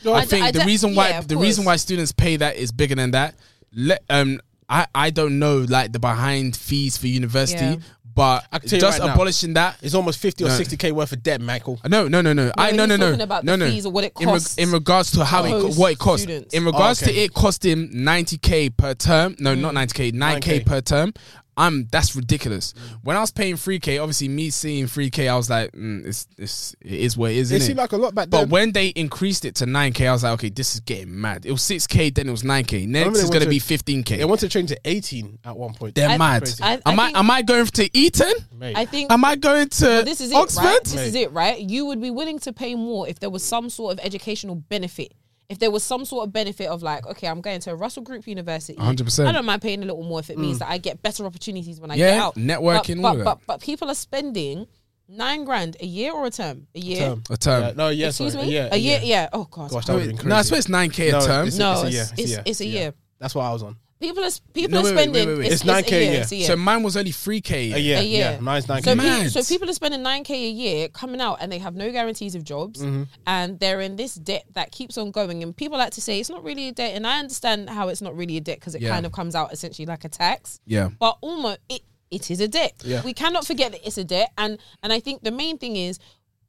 S1: No,
S3: I,
S2: I d-
S3: think
S2: I
S3: the
S2: d-
S3: reason why
S2: yeah, of
S3: the reason
S2: course.
S3: why students pay that is bigger than that. Let um I, I don't know like the behind fees for university,
S2: Yeah.
S3: but
S1: I can tell you
S3: just
S1: right now.
S3: abolishing that
S1: It's almost fifty
S3: No.
S1: or sixty k worth of debt, Michael.
S3: no, no, no, no. I
S2: he's
S3: no, no, no,
S2: talking about
S3: no,
S2: the
S3: no.
S2: fees or what it
S3: in, reg-
S2: costs
S3: in regards to how it co-
S2: opposed
S3: what it costs.
S2: students.
S3: In regards
S1: Oh, okay.
S3: to it costing ninety k per term. No,
S2: Mm.
S3: not ninety k, nine k
S1: 9K.
S3: per term. I'm that's ridiculous.
S1: Mm.
S3: When I was paying three k, obviously me seeing three k, I was like, mm, it's, it's it is what it is.
S1: It
S3: innit?
S1: seemed like a lot back
S3: But
S1: then.
S3: when they increased it to 9K, I was like, okay, this is getting mad. It was 6K, then it was 9K.
S1: remember
S3: Next
S1: they
S3: is going to
S1: wanted-
S3: be
S1: They
S3: 15K.
S1: wanted to change to eighteen at one point.
S3: They're
S2: I-
S3: mad.
S1: Crazy.
S2: I-
S3: am
S2: I
S3: I,
S2: think-
S3: am I going to Eton?
S1: Mate.
S2: I think
S3: Am I going to
S2: this is it,
S3: Oxford?
S2: right? This is
S1: Mate.
S2: it, right? You would be willing to pay more if there was some sort of educational benefit. If there was some sort of benefit of like, okay, I'm going to a Russell Group University.
S3: 100%.
S2: I don't mind paying a little more if it means that I get better opportunities when I
S3: Mm. Yeah,
S2: get out.
S3: networking,
S2: But
S3: all
S2: but,
S3: that.
S2: but but people are spending nine grand a year or a term? A year.
S1: Term.
S3: A term.
S1: Yeah, no, yeah,
S2: Excuse
S1: sorry,
S2: me.
S1: yeah,
S2: a year. Yeah. Oh god.
S1: Gosh, that
S3: No,
S1: would have been
S3: wait,
S1: crazy.
S3: no, I swear it's 9K a term.
S2: No,
S1: a
S2: it's-
S1: year,
S2: it's- it's a year.
S1: That's what I was on.
S2: People are people
S3: No,
S2: are
S3: wait, wait, wait,
S2: spending.
S3: wait, wait.
S1: It's 9K a year.
S2: It's a year.
S3: So mine was only three k.
S1: A year.
S2: A year.
S1: Oh, Yeah, mine's 9K.
S2: So,
S3: Mad.
S2: people, so people are spending 9k a year coming out and they have no guarantees of jobs
S3: Mm-hmm.
S2: and they're in this debt that keeps on going and people like to say it's not really a debt and I understand how it's not really a debt because it
S3: Yeah.
S2: kind of comes out essentially like a tax
S3: Yeah.
S2: but almost it, it is a debt
S1: Yeah.
S2: we cannot forget that it's a debt and and I think the main thing is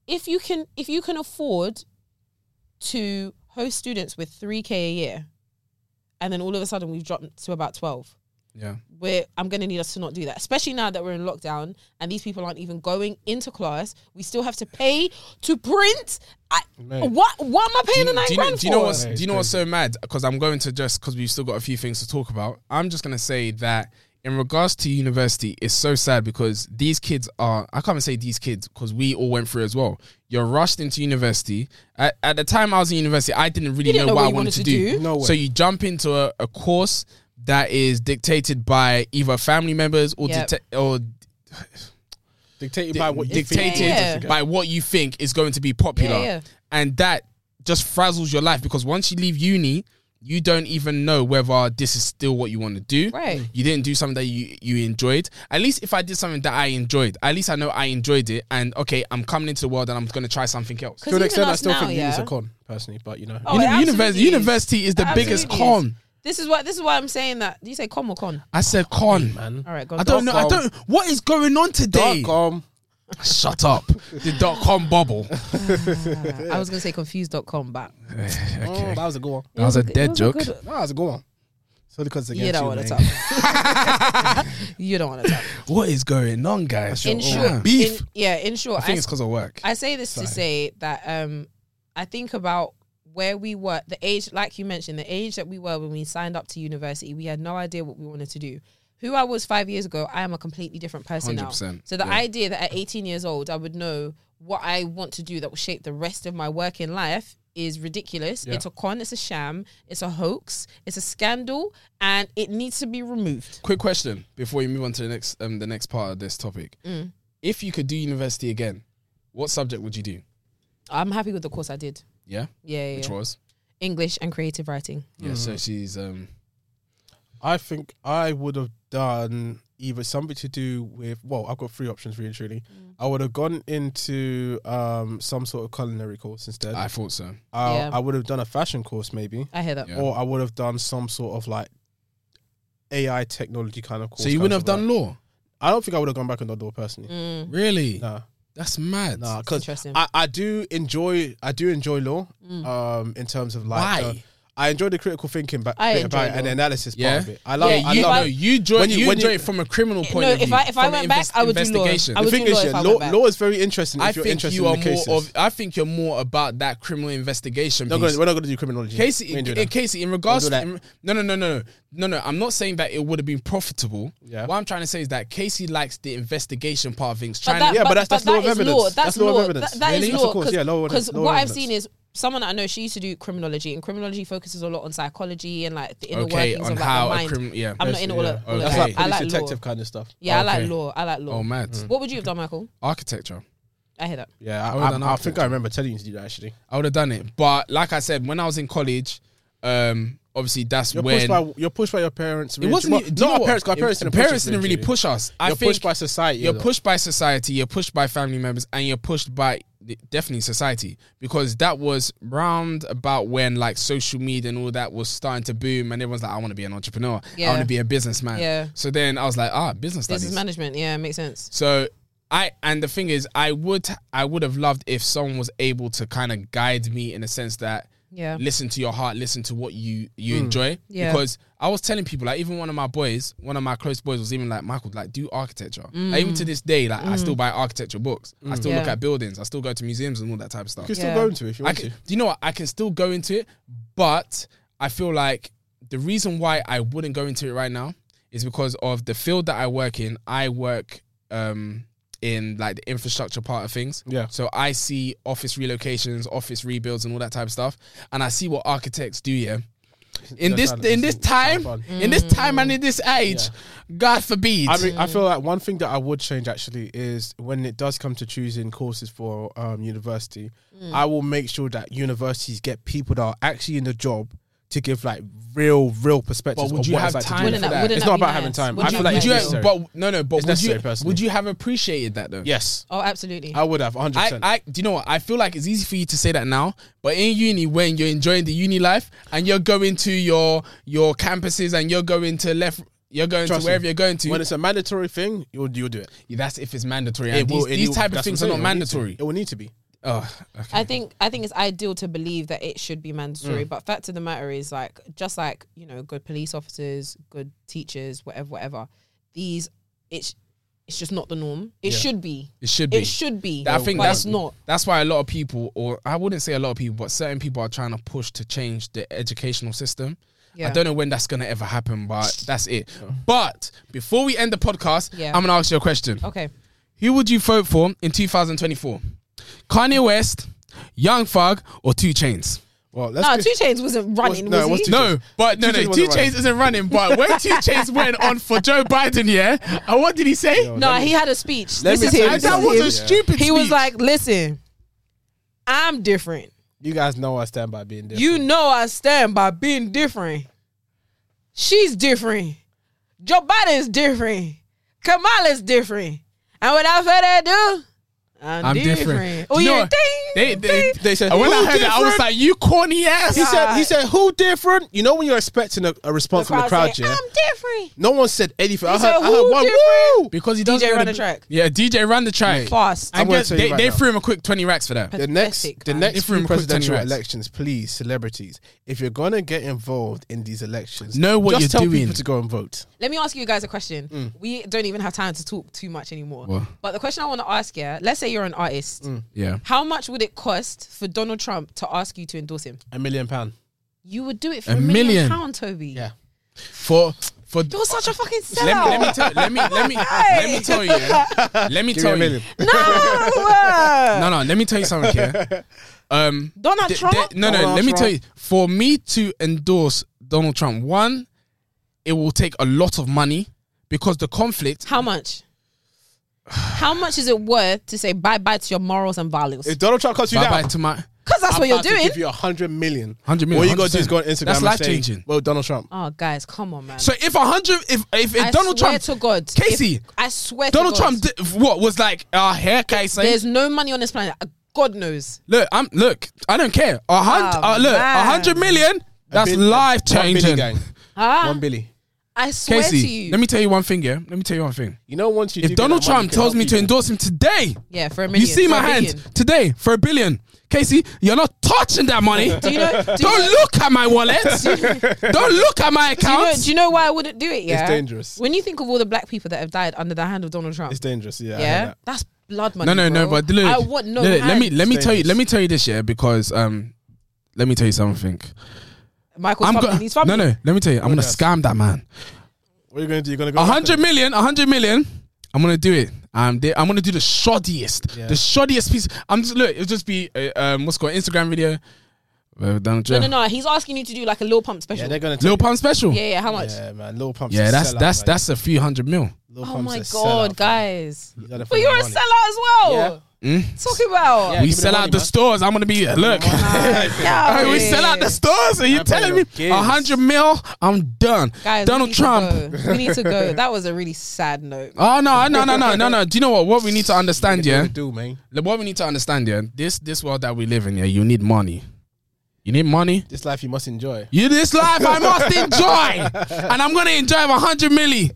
S2: if you can if you can afford to host students with 3k a year and then all of a sudden we've dropped to about 12
S3: Yeah.
S2: we're I'm gonna need us to not do that, especially now that we're in lockdown and these people aren't even going into class. We still have to pay to print. I,
S1: Mate.
S2: what what am I paying the nine
S3: do you,
S2: grand
S3: do you know
S2: for?
S3: what's
S1: Yeah,
S3: do you know what's so mad? Because I'm going to just because we've still got a few things to talk about. I'm just gonna say that in regards to university, it's so sad because these kids are I can't even say these kids because we all went through as well. You're rushed into university. At, at the time I was in university, I didn't really
S2: You didn't
S3: know,
S2: know
S3: what,
S2: what
S3: I
S2: you
S3: wanted to do.
S1: No way.
S3: So you jump into a, a course that is dictated by either family members or
S2: Yep.
S3: detec- or
S1: Dictated by what you think.
S3: dictated
S2: Yeah, yeah.
S3: by what you think is going to be popular,
S2: Yeah, yeah.
S3: and that just frazzles your life because once you leave uni, you don't even know whether this is still what you want to do.
S2: Right.
S3: You didn't do something that you you enjoyed. At least if I did something that I enjoyed, at least I know I enjoyed it, and okay, I'm coming into the world and I'm going to try something else.
S1: To an
S2: even
S1: extent, I
S2: us
S1: still
S2: now,
S1: think
S2: yeah.
S1: uni's a con, personally, but you know.
S2: Oh,
S3: Uni-
S2: it absolutely
S3: univers-
S2: is.
S3: university is the
S2: It
S3: biggest
S2: absolutely is.
S3: con.
S2: This is why this is why I'm saying that. Do you say com or con?
S3: I said con.
S1: man.
S2: All right, go.
S3: I don't know.
S1: Dot
S3: I
S1: com.
S3: don't. What is going on today?
S1: Dot com.
S3: Shut up. The dot com bubble.
S2: I was gonna say confused.com, but
S1: Mm, that was a good one.
S3: That was a
S2: It Oh,
S3: dead
S2: was
S3: joke.
S2: good-
S1: That was a good one. So because it's
S2: You
S1: against
S2: don't
S1: you,
S2: want to
S1: mate.
S2: talk. you don't want to talk.
S3: What is going on, guys?
S2: In
S3: Yeah.
S2: short,
S3: beef.
S2: in- yeah, in short,
S3: I think it's because of work.
S2: I say this to
S3: Sorry.
S2: say that um, I think about where we were, the age, like you mentioned, the age that we were when we signed up to university, we had no idea what we wanted to do. Who I was five years ago, I am a completely different person now.
S3: 100%,
S2: So the
S3: yeah.
S2: idea that at 18 years old, I would know what I want to do that will shape the rest of my working life is ridiculous. It's a con, it's a sham, it's a hoax, it's a scandal, and it needs to be removed.
S3: Quick question before you move on to the next um the next part of this topic. If you could do university again, what subject would you do?
S2: I'm happy with the course I did.
S3: Yeah,
S2: Yeah, yeah,
S3: which
S2: yeah.
S3: was
S2: English and creative writing.
S3: yeah.
S1: Mm-hmm.
S3: So she's um
S1: I think I would have done either something to do with well, I've got three options really truly.
S2: Mm.
S1: I would have gone into um some sort of culinary course instead. I,
S3: I thought so.
S2: Yeah.
S1: I would have done a fashion course maybe.
S2: I hear that.
S3: Yeah.
S1: Or I would have done some sort of like AI technology kind of course.
S3: So you wouldn't have done
S1: Like.
S3: law,
S1: I don't think I would have gone back on the door personally.
S2: Mm,
S3: really?
S1: Nah,
S3: That's mad.
S1: nah, because
S2: interesting.
S1: I, I do enjoy I do enjoy law.
S2: Mm.
S1: Um, in terms of like
S3: Why?
S1: the- I enjoy the critical thinking ba-
S2: I
S1: bit about
S2: enjoy
S1: it and
S2: law.
S1: analysis
S3: Yeah.
S1: part of it. I love
S2: Yeah,
S1: I
S3: you
S1: love
S2: I-
S3: know, you join
S1: When you-
S3: you,
S1: when
S3: enjoy
S1: you-
S3: it from a criminal point
S2: no,
S3: of view.
S2: if I- if I
S3: from
S2: went
S3: an
S2: back, I would do law.
S3: investigation.
S2: I
S1: the
S2: would
S1: thing
S2: do
S1: is,
S2: law
S1: yeah,
S2: if I
S1: law,
S2: went back.
S1: law is very interesting.
S3: I
S1: if you're
S3: think
S1: interested
S3: you
S1: in
S3: are
S1: the
S3: more
S1: cases.
S3: of. I think you're more about that criminal investigation.
S1: Not
S3: piece.
S1: gonna, we're not going to do criminology.
S3: Casey,
S1: We ain't doing
S3: in,
S1: that.
S3: Casey, in regards
S1: do
S3: to
S1: that.
S3: in, no, no, no, no, no, no, no. I'm not saying that it would have been profitable.
S1: Yeah.
S3: What I'm trying to say is that Casey likes the investigation part of things.
S2: But
S3: Trying
S2: that-
S3: to,
S1: Yeah, but that's- that's
S2: that
S1: law of
S2: is
S1: evidence.
S2: Law. That's,
S1: That's
S2: law.
S1: law of
S2: That,
S1: evidence.
S2: that is
S1: Really? Yes,
S2: law.
S1: of course.
S2: Cause,
S1: Yeah, law of evidence.
S2: Because
S1: Law of
S2: what I've
S1: evidence.
S2: seen is someone that I know. She used to do criminology, and criminology focuses a lot on psychology and like the inner
S3: okay,
S2: workings
S3: on
S2: of like
S3: how
S2: the
S3: a
S2: mind.
S3: criminal. Yeah.
S2: I'm not in all,
S1: yeah.
S2: of, all
S3: Okay.
S2: of
S1: That's
S2: that.
S1: like
S2: I
S1: police
S2: like law.
S1: detective kind of stuff.
S2: Yeah, I
S3: Okay.
S2: like law. I like law.
S3: oh, mad.
S1: Mm.
S2: What would you have done, Michael?
S3: Architecture.
S2: I hear that.
S1: Yeah,
S3: I
S1: I,
S3: would've done
S1: I, I think
S3: architecture.
S1: I remember telling you to do that actually.
S3: I would have done it, but like I said, when I was in college, um, obviously that's
S1: You're
S3: when
S1: pushed by you're pushed by your parents.
S3: it wasn't. e,
S1: well,
S3: do you know
S1: not our
S3: what?
S1: parents. 'cause Our
S3: It-
S1: parents didn't push us,
S3: didn't really
S1: really.
S3: push us. I
S1: You're
S3: think
S1: pushed by society.
S3: you're
S1: though.
S3: pushed by society, you're pushed by family members, and you're pushed by the- definitely society because that was round about when like social media and all that was starting to boom, and everyone's like, I want to be an entrepreneur, I
S2: Yeah.
S3: want to be a businessman.
S2: Yeah.
S3: So then I was like, ah, business studies.
S2: Business management. Yeah, makes sense.
S3: So I and the thing is, I would I would have loved if someone was able to kind of guide me in the sense that
S2: Yeah.
S3: listen to your heart, listen to what you you enjoy.
S2: Yeah.
S3: Because I was telling people, like even one of my boys, one of my close boys was even like, Michael, like do architecture. Like, even to this day, like I still buy architecture books. I still look
S2: Mm. Yeah.
S3: at buildings. I still go to museums and all that type of stuff.
S1: You can still
S2: Yeah.
S1: go into it if you
S3: I
S1: want
S3: can,
S1: to.
S3: do you know what? I can still go into it, but I feel like the reason why I wouldn't go into it right now is because of the field that I work in. I work um, in like the infrastructure part of things.
S1: Yeah.
S3: So I see office relocations, office rebuilds, and all that type of stuff, and I see what architects do. Yeah. In
S1: Yeah,
S3: this
S1: that-
S3: in this
S1: it's kind
S3: time,
S1: of fun.
S3: in this time and in this age, God forbid.
S1: Mm. I mean, I feel like one thing that I would change actually is when it does come to choosing courses for
S2: Mm.
S1: um, university, I will make sure that universities get people that are actually in the job to give like real, real perspectives.
S3: But would
S1: of
S3: you
S1: what
S3: have
S1: it's like to
S3: time
S1: do it.
S3: for
S2: Wouldn't that-
S3: that?
S2: wouldn't
S1: It's
S2: that
S1: not
S2: be
S1: about having
S2: nice?
S1: time.
S2: Would
S1: I
S2: you-
S1: feel like
S2: would
S1: it's
S2: you-
S1: necessary.
S3: but no, no. But
S1: It's
S3: would you
S1: necessary, personally.
S3: would you have appreciated that though?
S1: yes,
S2: Oh, absolutely.
S1: I would have 100.
S3: I,
S1: percent
S3: I, do you know what? I feel like it's easy for you to say that now, but in uni, when you're enjoying the uni life and you're going to your your campuses and you're going to left, you're going
S1: Trust
S3: to wherever
S1: me.
S3: you're going to.
S1: When it's a mandatory thing, you'll you'll do it.
S3: that's if it's mandatory.
S1: It
S3: And these,
S1: will- it
S3: these
S1: will-
S3: type of
S1: that's
S3: things
S1: what
S3: are
S1: I'm saying,
S3: not
S1: it will need
S3: mandatory.
S1: to- It will need to be.
S3: Oh, okay.
S2: I think I think it's ideal to believe that it should be
S1: Mm.
S2: mandatory, but fact of the matter is, like just like you know, good police officers, good teachers, whatever, whatever. These it's it's just not the norm. It should be.
S3: It should be.
S2: It should be.
S3: I think
S2: but
S3: that's
S2: it's not.
S3: That's why a lot of people, or I wouldn't say a lot of people, but certain people are trying to push to change the educational system.
S2: Yeah.
S3: I don't know when that's gonna ever happen, but that's it. But before we end the podcast,
S2: Yeah.
S3: I'm gonna ask you a question.
S2: Okay.
S3: Who would you vote for in 2024? Kanye West, Young Thug, or Two Chains?
S1: Well, let's
S2: No,
S1: go-
S2: Two Chains wasn't running.
S1: no,
S2: was
S1: it was
S2: he?
S1: Two
S3: No, but no,
S1: Two Chainz
S3: no, Two
S1: wasn't
S3: Chains isn't running. But when Two Chains went on for Joe Biden, yeah, and what did he say?
S1: Yo,
S2: No,
S1: let me-
S2: he had a speech.
S1: let
S2: This
S1: me
S2: is
S1: tell
S2: him.
S1: you
S3: and that
S1: something.
S3: was
S1: Yeah.
S3: a stupid.
S2: He was
S3: speech.
S2: like, "Listen, I'm different.
S1: you guys know I stand by being different.
S2: You know I stand by being different. She's different. Joe Biden is different. Kamala's different. And without further ado, I'm,
S3: I'm
S2: different.
S3: different.
S2: Oh
S3: You know
S2: yeah,
S3: what?
S2: ding.
S3: They, they,
S1: They said,
S3: and when I
S1: "Who
S3: heard that, I was
S1: different?"
S3: like, "You corny ass."
S1: He said, he
S2: God.
S1: said, who different? You know when you're expecting a, a response from the crowd,
S2: say,
S1: yeah?
S2: I'm different.
S1: No one said anything. I
S2: said,
S1: heard, I
S2: "Who
S1: heard one,
S2: different?"
S1: woo!
S3: because he doesn't
S2: DJ
S3: know
S2: ran the track.
S3: Yeah, DJ ran the track.
S2: Fast.
S3: I
S1: I'm gonna
S3: guess
S1: tell you
S3: they,
S1: right
S3: they
S1: now.
S3: threw him a quick twenty racks for that.
S1: The next,
S2: Pathetic,
S1: the
S2: man.
S1: next
S3: If we're
S1: few
S3: in quick
S1: presidential
S3: 20 racks.
S1: elections, please, celebrities, if you're gonna get involved in these elections,
S3: Know what
S1: just
S3: you're
S1: tell
S3: doing.
S1: people to go and vote.
S2: Let me ask you guys a question. We don't even have time to talk too much anymore.
S3: Mm. What? Mm.
S2: But the question I want to ask you, let's say you're an artist.
S3: Yeah,
S2: How much would it cost for Donald Trump to ask you to endorse him?
S1: A million pound.
S2: You would do it for
S3: A
S2: a, million
S3: million.
S2: pound, Toby.
S1: Yeah.
S3: for for.
S2: You're such a fucking sellout.
S3: Let me, let me tell let me let me let me tell you. yeah. Let me
S1: Give me
S3: tell
S1: a
S3: you.
S1: million.
S2: no.
S3: No, no. Let me tell you something here. Um,
S2: Donald
S3: th-
S2: Trump?
S3: th- no, no.
S1: Donald
S3: let me
S1: Trump.
S3: tell you. For me to endorse Donald Trump, one, it will take a lot of money because the conflict.
S2: How much? How much is it worth to say bye bye to your morals and values?
S1: If Donald Trump cuts you
S3: Bye bye
S1: down,
S3: to my.
S2: Because that's
S1: I'm
S2: what you're
S1: about to
S2: doing.
S1: Give you a hundred million.
S3: 100 million,
S1: All you gotta do is go on
S3: 100%.
S1: Instagram.
S3: That's
S1: and
S3: life
S1: say,
S3: changing.
S1: Well, Donald Trump.
S2: oh, guys, come on, man.
S3: So if a hundred, if if, if
S2: I
S3: Donald
S2: swear
S3: Trump
S2: to God, if-
S3: Casey,
S2: I swear,
S3: Donald
S2: to God,
S3: Trump, did, what was like? Uh, hair, Casey.
S2: There's no money on this planet. Uh, God knows.
S3: Look, I'm look. I don't care. A hundred.
S2: Oh,
S3: uh, look, a
S2: man.
S3: hundred million. That's
S1: Bill-
S3: life
S1: One billy
S3: changing.
S1: gang.
S2: Ah,
S1: One billy.
S2: I swear to
S3: Casey,
S2: you.
S3: let me tell you one thing. Yeah, let me tell you one thing.
S1: You know, once you do
S3: If
S1: get that
S3: Donald
S1: money, you
S3: Trump
S1: can
S3: tells
S1: help
S3: me to
S1: people.
S3: endorse him today,
S2: yeah, for a million.
S3: you see my
S2: for a
S3: hand
S2: billion.
S3: today for a billion. Casey, you're not touching that money.
S2: Do you know? Do you
S3: Don't
S2: know,
S3: look at my wallet. Don't look at my
S2: do you know,
S3: account.
S2: do you know why I wouldn't do it? Yeah,
S1: dangerous.
S2: When you think of all the black people that have died under the hand of Donald Trump,
S1: it's dangerous. Yeah. I heard
S2: yeah,
S1: that.
S2: that's blood money.
S3: No, no, no.
S2: bro.
S3: But look,
S2: I want no.
S3: look, let me
S2: hand.
S3: let me tell you
S1: Statements.
S3: let me tell you this yeah because um let me tell you something.
S2: Michael's
S3: I'm
S2: fucking.
S3: gonna
S2: he's
S3: no
S2: fucking.
S3: no. Let me tell you. I'm gonna
S1: else?
S3: scam that man.
S1: What are you gonna do? You're gonna go
S3: A hundred million. A hundred million. I'm gonna do it. I'm there. I'm gonna do the shoddiest,
S1: Yeah.
S3: the shoddiest piece. I'm just look. It'll just be uh, um what's it called Instagram video. Uh, Donald
S2: No,
S3: Trump.
S2: no, no. He's asking you to do like a little pump
S1: Yeah,
S2: special.
S1: they're
S2: Yeah,
S1: gonna.
S3: Lil
S1: take-
S3: Pump special. Yeah,
S2: yeah, How much?
S1: Yeah, man. Lil Pump's a
S3: that's
S1: sellout,
S3: that's
S1: man.
S3: that's a few hundred mil.
S1: Lil
S2: Oh
S1: Pump's
S2: my
S1: a
S2: god,
S1: sellout, man.
S2: guys!
S1: You got it for
S2: But you're
S1: the
S2: a sellout
S1: money.
S2: as well. Talk about.
S1: Yeah,
S3: we
S1: give me the
S3: sell out
S1: money,
S3: the
S1: man.
S3: stores. I'm gonna be look.
S2: Yeah,
S3: we
S2: yeah.
S3: sell out the stores, and you're
S1: I play
S3: telling
S1: no
S3: me a
S1: games.
S3: hundred mil. I'm done.
S2: Guys, we
S3: Donald
S2: need to
S3: Trump.
S2: go. We need to go. That was a really sad note.
S3: Oh no, no, no, no, no, no. Do you know what? What we need to understand,
S1: Yeah.
S3: yeah.
S1: Do man.
S3: What we need to understand, yeah. This this world that we live in, yeah. You need money. You need money.
S1: This life you must enjoy.
S3: You this life I must enjoy, and I'm gonna enjoy a hundred milli.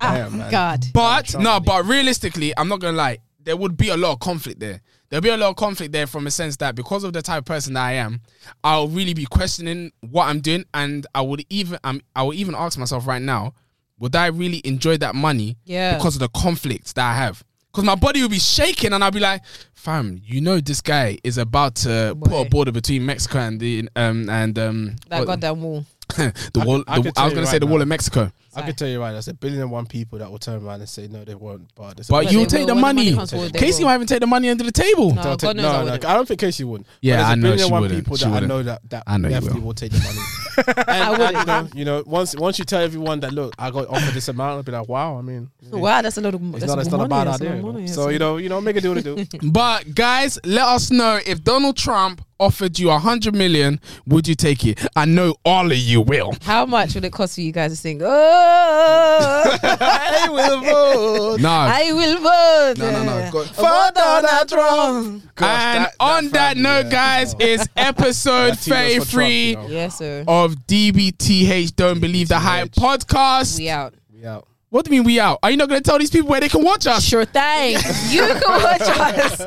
S2: Ah,
S1: Damn, man.
S2: God.
S3: But
S1: Trump
S3: no,
S1: money.
S3: but realistically, I'm not gonna lie. There would be a lot of conflict there. There'll be a lot of conflict there from a sense that because of the type of person that I am, I'll really be questioning what I'm doing, and I would even um, I would even ask myself right now, would I really enjoy that money?
S2: Yeah.
S3: Because of the conflict that I have. Because my body will be shaking, and I'll be like, "Fam, you know this guy is about to put
S2: Boy.
S3: a border between Mexico and the um and um
S2: That
S3: what-
S2: goddamn wall.
S3: the wall."
S1: I could
S3: the- I,
S1: tell
S3: was
S1: you
S3: gonna
S1: right
S3: say the wall
S1: now.
S3: of Mexico,
S1: I could tell you right, now, there's a billion and one people that will turn around and say no, they won't. But, there's a-
S3: but
S2: But
S3: you'll
S2: they
S3: take
S2: will.
S3: the
S2: When the
S3: money.
S2: money comes forward, they
S3: Casey
S2: will.
S3: won't even take the money under the table.
S2: No,
S1: I'll
S2: God
S1: take-
S2: knows I
S1: no, no,
S2: wouldn't.
S1: I don't think Casey would.
S3: Yeah,
S1: But
S3: I
S1: There's
S3: know
S1: a billion
S3: she
S1: and one
S3: wouldn't.
S1: people
S3: She
S1: that I
S3: wouldn't.
S1: know that that
S3: I know you
S1: definitely
S3: will.
S1: will take the money. And,
S2: I wouldn't.
S1: and, you, know, you know, once once you tell everyone that look, I got offered this amount, I'll be like, wow. I mean,
S2: Wow, that's a lot of
S1: it's
S2: that's
S1: not it's
S2: a
S1: not a
S2: lot of
S1: bad
S2: money, that's
S1: idea.
S2: lot of
S1: you know.
S2: money,
S1: So you know, you know, make a do what it do.
S3: But guys, let us know if Donald Trump offered you a hundred million, would you take it? I know all of you will.
S2: How much will it cost for you guys to sing? Oh,
S1: I will vote.
S3: No.
S2: I will vote.
S3: No, no, no. Go-
S2: For Donald Trump.
S3: and on that, note, guys, it's episode
S1: That's T-shirts for Trump,
S3: three
S1: you know.
S2: Yes, sir.
S1: Oh.
S3: of DBTH. Don't believe the hype podcast.
S2: We out.
S1: We out.
S3: What do you mean we out? Are you not going to tell these people where they can watch us?
S2: Sure thing. You can watch us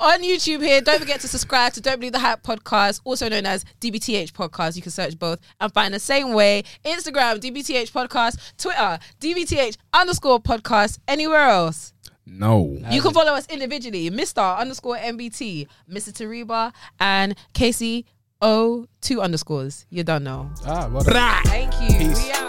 S2: on YouTube here. Don't forget to subscribe to Don't Believe the Hype podcast, also known as DBTH podcast. You can search both and find the same way. Instagram, DBTH podcast, Twitter, DBTH underscore podcast, anywhere else.
S3: No.
S2: You can follow us individually, Mr. underscore MBT, Mr. Tariba, and Casey O two underscores. You don't know.
S1: Ah, well done.
S3: Rah.
S2: Thank you.
S1: Peace.
S2: We out.